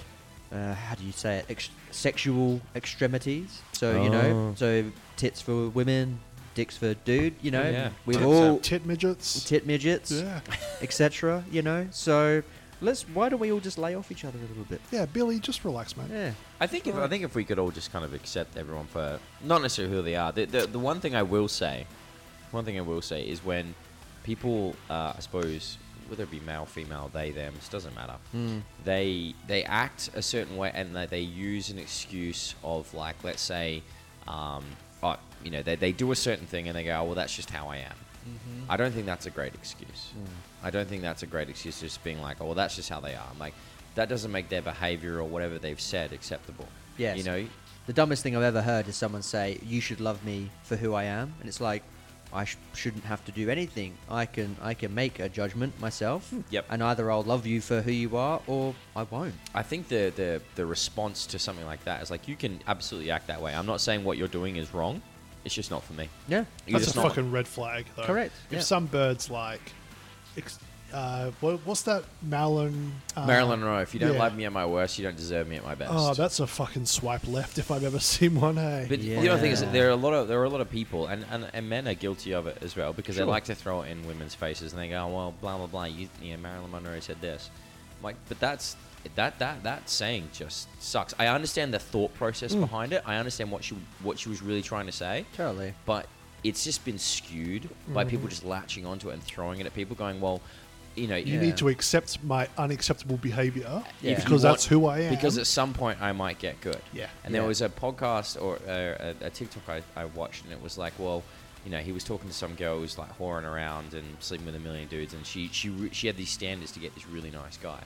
Speaker 2: uh, how do you say it, Ex- sexual extremities. So, you know,
Speaker 4: Oh.
Speaker 2: so tits for women, dicks for dude, you know.
Speaker 4: Yeah.
Speaker 2: We've
Speaker 4: Tits
Speaker 2: all
Speaker 4: out.
Speaker 3: tit midgets
Speaker 2: tit midgets,
Speaker 3: yeah
Speaker 2: etc., you know. So let's, why don't we all just lay off each other a little bit?
Speaker 3: Yeah, Billy, just relax, man.
Speaker 2: Yeah.
Speaker 4: I think if, I think if we could all just kind of accept everyone for not necessarily who they are. The, the, the one thing I will say, one thing I will say is when people, uh, I suppose, whether it be male, female, they, them, it doesn't matter. They they act a certain way, and they, they use an excuse of like, let's say, um, oh, you know, they, they do a certain thing, and they go, oh, well, that's just how I am. I don't think that's a great excuse. I don't think that's a great excuse. Just being like, oh, well, that's just how they are. I'm like, that doesn't make their behavior or whatever they've said acceptable.
Speaker 2: Yes.
Speaker 4: you know,
Speaker 2: The dumbest thing I've ever heard is someone say, "You should love me for who I am," and it's like, I sh- shouldn't have to do anything. I can I can make a judgment myself.
Speaker 4: Hmm, Yep.
Speaker 2: And either I'll love you for who you are, or I won't.
Speaker 4: I think the, the the response to something like that is like you can absolutely act that way. I'm not saying what you're doing is wrong. It's just not for me.
Speaker 2: Yeah.
Speaker 4: You're
Speaker 3: That's a
Speaker 4: just not-
Speaker 3: fucking red flag, though.
Speaker 2: Correct,
Speaker 3: If
Speaker 2: yeah.
Speaker 3: some birds like, ex- uh, what, what's that Marilyn? Uh,
Speaker 4: Marilyn Monroe. If you don't
Speaker 3: yeah.
Speaker 4: love me at my worst, you don't deserve me at my best.
Speaker 3: Oh, that's a fucking swipe left if I've ever [laughs] seen one. Hey,
Speaker 4: But the other thing is
Speaker 2: Yeah.
Speaker 4: that there are a lot of there are a lot of people, and, and, and men are guilty of it as well because
Speaker 2: Sure.
Speaker 4: they like to throw it in women's faces and they go, "Well, blah blah blah." You, you know, Marilyn Monroe said this. I'm like, but that's that that that saying just sucks. I understand the thought process behind it. I understand what she what she was really trying to say.
Speaker 2: Mm. Totally.
Speaker 4: but it's just been skewed by
Speaker 3: Mm-hmm.
Speaker 4: people just latching onto it and throwing it at people, going, "Well, you know,
Speaker 3: you
Speaker 4: yeah,
Speaker 3: need to accept my unacceptable behavior
Speaker 4: if
Speaker 3: because
Speaker 4: you
Speaker 3: that's
Speaker 4: want-
Speaker 3: who I am.
Speaker 4: Because at some point I might get good.
Speaker 3: Yeah.
Speaker 4: And there
Speaker 2: Yeah.
Speaker 4: was a podcast or uh, a, a TikTok I, I watched, and it was like, well, you know, he was talking to some girl who was like whoring around and sleeping with a million dudes, and she she re- she had these standards to get this really nice guy,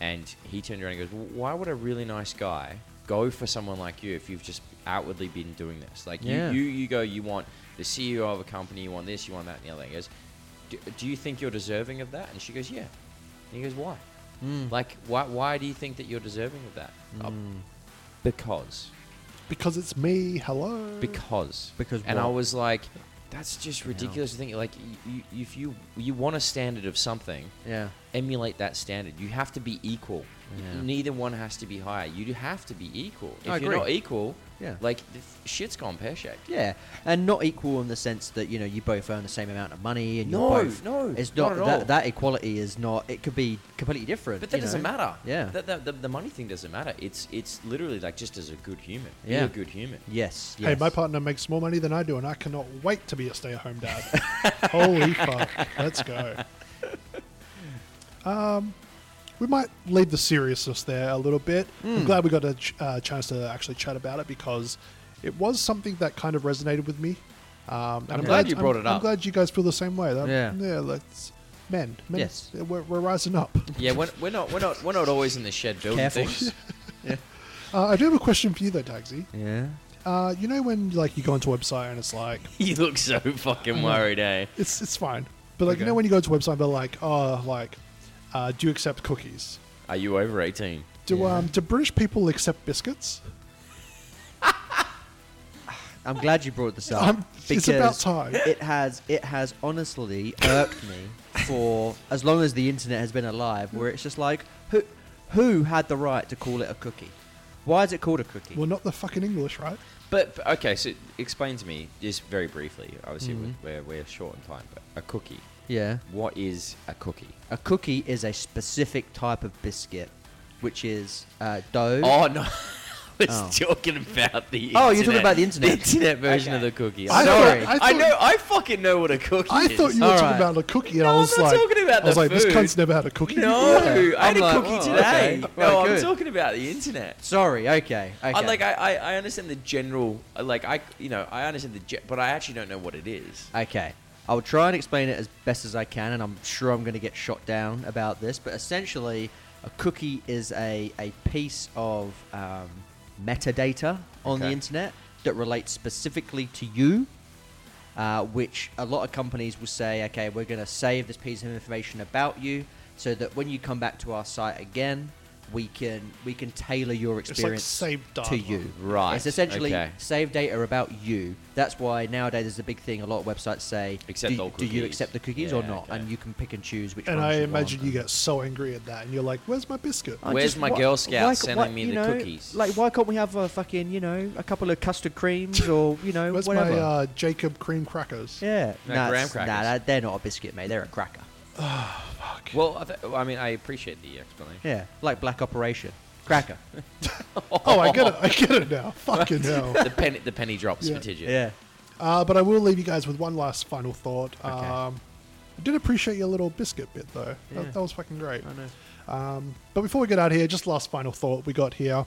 Speaker 4: and he turned around and goes, well, why would a really nice guy go for someone like you if you've just outwardly been doing this? Like
Speaker 2: Yeah.
Speaker 4: you, you you go, you want the CEO of a company, you want this, you want that, and the other. He goes, do, do you think you're deserving of that? And she goes, yeah. And he goes, why? Like, why, why do you think that you're deserving of that? Oh,
Speaker 2: hmm,
Speaker 4: because.
Speaker 3: Because it's me. Hello.
Speaker 4: Mm. Because.
Speaker 2: Because
Speaker 4: And I
Speaker 2: what?
Speaker 4: was like, that's just ridiculous to think. Like, you, you, if you, you want a standard of something,
Speaker 2: Yeah.
Speaker 4: emulate that standard. You have to be equal.
Speaker 2: Yeah.
Speaker 4: Neither one has to be higher. You have to be equal. If
Speaker 2: I
Speaker 4: you're
Speaker 2: agree.
Speaker 4: not equal,
Speaker 2: Yeah.
Speaker 4: like, the f- shit's gone pear shaped.
Speaker 2: Yeah, and not equal in the sense that you know you both earn the same amount of money and
Speaker 4: No,
Speaker 2: you're both.
Speaker 4: no,
Speaker 2: it's
Speaker 4: not
Speaker 2: not,
Speaker 4: at
Speaker 2: that,
Speaker 4: all.
Speaker 2: that equality is not. It could be completely different.
Speaker 4: But that
Speaker 2: you
Speaker 4: doesn't
Speaker 2: know?
Speaker 4: matter.
Speaker 2: Yeah.
Speaker 4: That, that, the, the money thing doesn't matter. It's it's literally like just as a good human. Be
Speaker 2: Yeah.
Speaker 4: a good human.
Speaker 2: Yes, yes.
Speaker 3: Hey, my partner makes more money than I do, and I cannot wait to be a stay-at-home dad. [laughs] Holy fuck! Let's go. Um, we might leave the seriousness there a little bit.
Speaker 4: Hmm.
Speaker 3: I'm glad we got a ch- uh, chance to actually chat about it because it was something that kind of resonated with me. Um, and I'm,
Speaker 4: glad you brought
Speaker 3: I'm-
Speaker 4: it up.
Speaker 3: I'm glad you guys feel the same way. That-
Speaker 2: Yeah.
Speaker 3: yeah. Let's men. men uh,
Speaker 2: Yes.
Speaker 3: we're, we're rising up.
Speaker 4: Yeah, we're, we're not we're not we're not always in the shed building
Speaker 2: Careful.
Speaker 4: things.
Speaker 3: Uh, I do have a question for you though, Tagsy.
Speaker 2: [laughs] Yeah.
Speaker 3: Uh, you know when like you go into a website and it's like
Speaker 4: you look so [laughs] fucking worried, eh?
Speaker 3: It's it's fine. But like you
Speaker 2: Okay.
Speaker 3: know when you go to a website, they're like, oh, like, uh, do you accept cookies?
Speaker 4: Are you over eighteen?
Speaker 3: Do
Speaker 2: Yeah.
Speaker 3: um do British people accept biscuits?
Speaker 2: I'm glad you brought this up.
Speaker 3: Um, it's about
Speaker 2: because
Speaker 3: time.
Speaker 2: It has it has honestly irked me for as long as the internet has been alive, where it's just like who who had the right to call it a cookie? Why is it called a cookie?
Speaker 3: Well, not the fucking English, right?
Speaker 4: But but- okay, so explain to me just very briefly. Obviously, we're, we're we're short on time, but a cookie.
Speaker 2: yeah.
Speaker 4: What is a cookie?
Speaker 2: A cookie is a specific type of biscuit, which is uh, dough.
Speaker 4: Oh no. [laughs] I was
Speaker 2: Oh.
Speaker 4: talking about the
Speaker 2: Oh, you're talking about the internet.
Speaker 4: internet version of [laughs] the cookie.
Speaker 3: I
Speaker 4: Sorry.
Speaker 3: thought- I
Speaker 4: I
Speaker 3: thought-
Speaker 4: know I fucking know what a cookie
Speaker 3: I
Speaker 4: is.
Speaker 3: thought you were
Speaker 2: All
Speaker 3: talking
Speaker 2: right.
Speaker 3: about a cookie, and
Speaker 4: No,
Speaker 3: I
Speaker 4: I'm
Speaker 3: was
Speaker 4: not
Speaker 3: like,
Speaker 4: talking about
Speaker 3: I was
Speaker 4: the
Speaker 3: like, this
Speaker 4: food.
Speaker 3: cunt's never had a cookie.
Speaker 4: No,
Speaker 2: Yeah.
Speaker 4: I
Speaker 2: I'm
Speaker 4: had a
Speaker 2: like,
Speaker 4: cookie
Speaker 2: "Oh,
Speaker 4: today.
Speaker 2: okay.
Speaker 4: No,
Speaker 2: Right,
Speaker 4: I'm
Speaker 2: good.
Speaker 4: talking about the internet.
Speaker 2: Sorry. Okay. Okay.
Speaker 4: I, like I, I, I understand the general, uh, like I, you know, I understand the, ge- but I actually don't know what it is.
Speaker 2: Okay. I'll try and explain it as best as I can, and I'm sure I'm going to get shot down about this, but essentially, a cookie is a, a piece of um, metadata on the
Speaker 4: Okay.
Speaker 2: internet that relates specifically to you, uh, which a lot of companies will say, okay, we're going to save this piece of information about you so that when you come back to our site again, we can we can tailor your
Speaker 3: like
Speaker 2: experience
Speaker 3: saved
Speaker 2: to
Speaker 3: data.
Speaker 2: you.
Speaker 4: Right,
Speaker 2: It's essentially
Speaker 4: okay.
Speaker 2: save data about you. That's why nowadays there's a big thing. A lot of websites say,
Speaker 4: Accept
Speaker 2: do,
Speaker 4: all
Speaker 2: do you
Speaker 4: cookies."
Speaker 2: accept the cookies
Speaker 4: Yeah,
Speaker 2: or not?
Speaker 4: okay.
Speaker 2: And you can pick and choose which
Speaker 3: And
Speaker 2: ones
Speaker 3: I
Speaker 2: you
Speaker 3: imagine
Speaker 2: want.
Speaker 3: you get so angry at that, and you're like, "Where's my biscuit?"
Speaker 2: I
Speaker 4: Where's
Speaker 2: just-
Speaker 4: my
Speaker 2: why-
Speaker 4: Girl Scout
Speaker 2: why-
Speaker 4: sending
Speaker 2: why-
Speaker 4: me
Speaker 2: you
Speaker 4: the
Speaker 2: know,
Speaker 4: cookies?
Speaker 2: Like, why can't we have a fucking, you know, a couple of custard creams or, you know,
Speaker 3: Where's
Speaker 2: whatever?
Speaker 3: my uh, Jacob cream crackers?
Speaker 2: yeah.
Speaker 4: No,
Speaker 2: nah,
Speaker 4: graham
Speaker 2: it's- nah,
Speaker 4: crackers.
Speaker 2: that- they're not a biscuit, mate. They're a cracker.
Speaker 3: Fuck.
Speaker 4: Well, I, th- I mean, I appreciate the explanation.
Speaker 2: Yeah. Like Black Operation.
Speaker 4: [laughs]
Speaker 2: Cracker.
Speaker 3: oh, I get it. I get it now. Fucking hell.
Speaker 4: the penny, the penny drops
Speaker 3: Yeah.
Speaker 4: for Tidget.
Speaker 2: yeah.
Speaker 3: Uh, but I will leave you guys with one last final thought.
Speaker 2: Okay.
Speaker 3: Um, I did appreciate your little biscuit bit though.
Speaker 2: Yeah.
Speaker 3: That, that was fucking great.
Speaker 2: I know.
Speaker 3: Um, but before we get out of here, just last final thought we got here.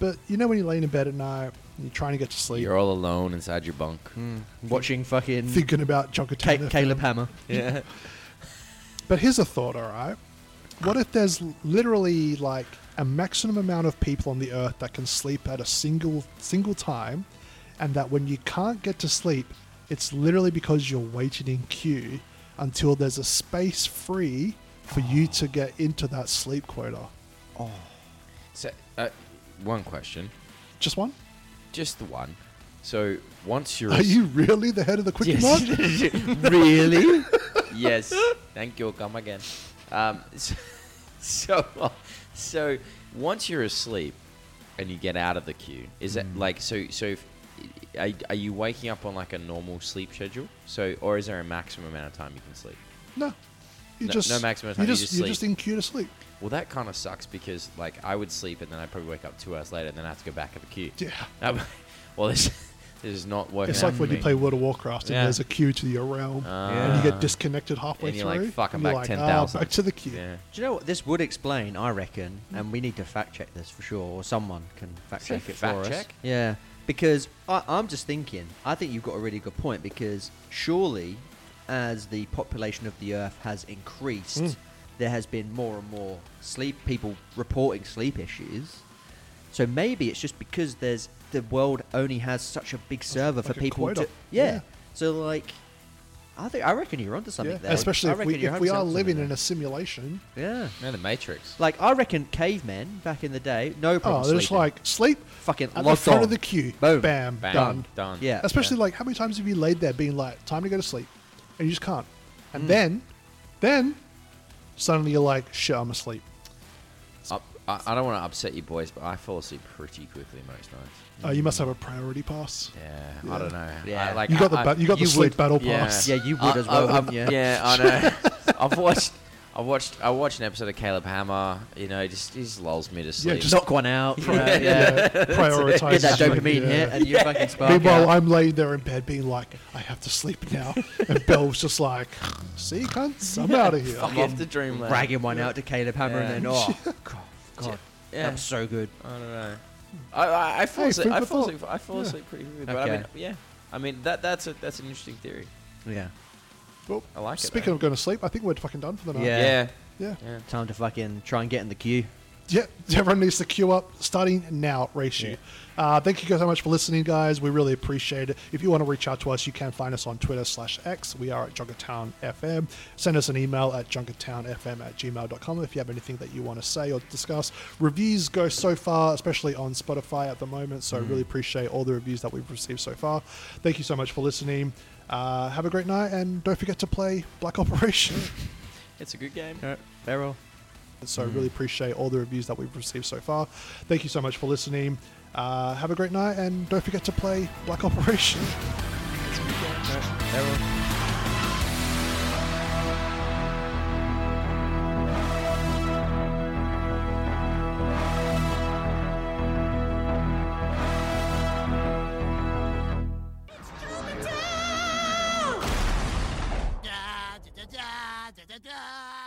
Speaker 3: But you know when you laying in bed at night, and you're trying to get to sleep,
Speaker 4: You're all alone inside your bunk.
Speaker 3: Mm.
Speaker 2: Watching fucking
Speaker 3: thinking about
Speaker 2: Ca-
Speaker 3: Chunkatana.
Speaker 2: Caleb Hammer.
Speaker 4: Yeah.
Speaker 3: But here's a thought, all right? What if there's literally like a maximum amount of people on the earth that can sleep at a single single time and that when you can't get to sleep, it's literally because you're waiting in queue until there's a space free for you to get into that sleep quota.
Speaker 4: [laughs] So, uh, one question,
Speaker 3: Just one?
Speaker 4: just the one. So once you're
Speaker 3: Are you really the head of the quickie mod?
Speaker 2: really?
Speaker 4: [laughs]
Speaker 3: [laughs]
Speaker 4: yes. Thank you. Come again. Um, [laughs] so, so, so once you're asleep and you get out of the queue, is that
Speaker 3: Mm.
Speaker 4: like so? So, if, are, are you waking up on like a normal sleep schedule? So, or is there a maximum amount of time you can sleep?
Speaker 3: No. You
Speaker 4: No-
Speaker 3: just
Speaker 4: no maximum
Speaker 3: you
Speaker 4: time, you
Speaker 3: just,
Speaker 4: just
Speaker 3: you're
Speaker 4: sleep.
Speaker 3: just in queue to sleep.
Speaker 4: Well, that kind of sucks because like I would sleep and then I'd probably wake up two hours later and then I have to go back at the queue.
Speaker 3: Yeah.
Speaker 4: Um, [laughs] well, this this is not working.
Speaker 3: It's
Speaker 4: out
Speaker 3: like
Speaker 4: for
Speaker 3: when you
Speaker 4: me.
Speaker 3: play World of Warcraft and
Speaker 4: Yeah.
Speaker 3: there's a queue to your realm.
Speaker 4: Ah.
Speaker 3: and you get disconnected halfway
Speaker 4: And you're
Speaker 3: through.
Speaker 4: like, "Fuck, I'm
Speaker 3: and you're
Speaker 4: back
Speaker 3: like,
Speaker 4: 10,000."
Speaker 3: "Ah, back to the queue.
Speaker 4: Yeah.
Speaker 2: Do you know what this would explain? I reckon,
Speaker 3: Mm.
Speaker 2: and we need to fact check this for sure, or someone can fact
Speaker 4: Say
Speaker 2: check it
Speaker 4: fact
Speaker 2: for us.
Speaker 4: check?
Speaker 2: Yeah, because I, I'm just thinking. I think you've got a really good point because surely, as the population of the Earth has increased,
Speaker 3: Mm.
Speaker 2: there has been more and more sleep people reporting sleep issues. So maybe it's just because there's the world only has such a big server
Speaker 3: like
Speaker 2: for
Speaker 3: a
Speaker 2: people
Speaker 3: quota.
Speaker 2: to yeah.
Speaker 3: Yeah.
Speaker 2: So like, I think I reckon you're onto something
Speaker 3: Yeah,
Speaker 2: there.
Speaker 3: Especially
Speaker 2: I
Speaker 3: if we,
Speaker 2: reckon you're
Speaker 3: if we
Speaker 2: 100%
Speaker 3: are
Speaker 2: onto something
Speaker 3: living in
Speaker 2: there.
Speaker 3: a simulation.
Speaker 2: yeah.
Speaker 4: Man, the Matrix.
Speaker 2: Like I reckon cavemen back in the day, no problem.
Speaker 3: Oh, they're just
Speaker 2: sleeping.
Speaker 3: like sleep
Speaker 2: fucking
Speaker 3: at the
Speaker 2: locked
Speaker 3: front
Speaker 2: on.
Speaker 3: of the queue.
Speaker 2: Boom.
Speaker 3: Bam,
Speaker 4: Bang,
Speaker 3: done.
Speaker 4: Done.
Speaker 2: Yeah.
Speaker 3: Especially
Speaker 2: yeah.
Speaker 3: like how many times have you laid there being like, time to go to sleep, and you just can't,
Speaker 2: Mm.
Speaker 3: and then, then, suddenly you're like, shit, I'm asleep.
Speaker 4: I, I I don't want to upset you boys, but I fall asleep pretty quickly most nights.
Speaker 3: Oh, you
Speaker 2: Mm.
Speaker 3: must have a priority pass.
Speaker 4: Yeah,
Speaker 3: Yeah.
Speaker 4: I don't know.
Speaker 2: Yeah.
Speaker 4: I, like,
Speaker 3: You got the
Speaker 4: I- I-
Speaker 3: ba- you got the
Speaker 2: you
Speaker 3: sleep
Speaker 2: would-
Speaker 3: battle
Speaker 4: yeah.
Speaker 3: pass.
Speaker 2: Yeah, you would
Speaker 4: I-
Speaker 2: as well,
Speaker 4: I-
Speaker 2: wouldn't you?
Speaker 4: I've- Yeah,
Speaker 3: [laughs]
Speaker 4: I know. I've watched, I've watched, I watched an episode of Caleb Hammer. You know, just he just lulls me to sleep.
Speaker 3: just-
Speaker 2: knock one out. You know,
Speaker 3: Yeah,
Speaker 2: [laughs] yeah.
Speaker 3: prioritize.
Speaker 2: Get that
Speaker 3: sleep,
Speaker 2: dopamine
Speaker 3: yeah.
Speaker 2: hit, and you're fucking spark
Speaker 3: Meanwhile,
Speaker 2: out.
Speaker 3: I'm laying there in bed being like, I have to sleep now.
Speaker 4: [laughs]
Speaker 3: And Bell's just like, see, cunts, I'm out of here.
Speaker 4: I'm off the dreamland.
Speaker 2: Bragging one out to Caleb Hammer, and then
Speaker 3: [laughs]
Speaker 2: oh, god, god,
Speaker 4: Yeah.
Speaker 2: I'm so good.
Speaker 4: I don't know. I, I, I
Speaker 3: Hmm.
Speaker 4: fall
Speaker 3: Hey,
Speaker 4: asleep.
Speaker 3: food
Speaker 4: I
Speaker 3: for
Speaker 4: fall
Speaker 3: thought.
Speaker 4: asleep. I fall
Speaker 3: Yeah.
Speaker 4: asleep pretty quickly. But I
Speaker 2: Okay.
Speaker 4: mean, yeah. I mean that that's a that's an interesting theory.
Speaker 2: Yeah.
Speaker 3: Well,
Speaker 4: I like it,
Speaker 3: Speaking
Speaker 4: though.
Speaker 3: of going to sleep, I think we're fucking done for the night.
Speaker 2: Yeah.
Speaker 4: Yeah.
Speaker 3: Yeah.
Speaker 4: Yeah.
Speaker 2: Time to fucking try and get in the queue.
Speaker 3: Yeah, [laughs] everyone needs to queue up starting now, Ratio. Uh, thank you guys so much for listening, guys. We really appreciate it. If you want to reach out to us, you can find us on Twitter slash X. We are at Junkertown FM. Send us an email at junkertownfm at gmail.com if you have anything that you want to say or discuss. Reviews go so far, especially on Spotify at the moment, so I really appreciate all the reviews that we've received so far. Thank you so much for listening. Uh, have a great night, and don't forget to play Black Operation.
Speaker 4: It's a good game.
Speaker 2: Beryl.
Speaker 3: So I really appreciate all the reviews that we've received so far. Thank you so much for listening. Uh, have a great night, and don't forget to play Black Operation. [laughs]
Speaker 2: Beryl.
Speaker 1: Da, da, da, da, da, da, da.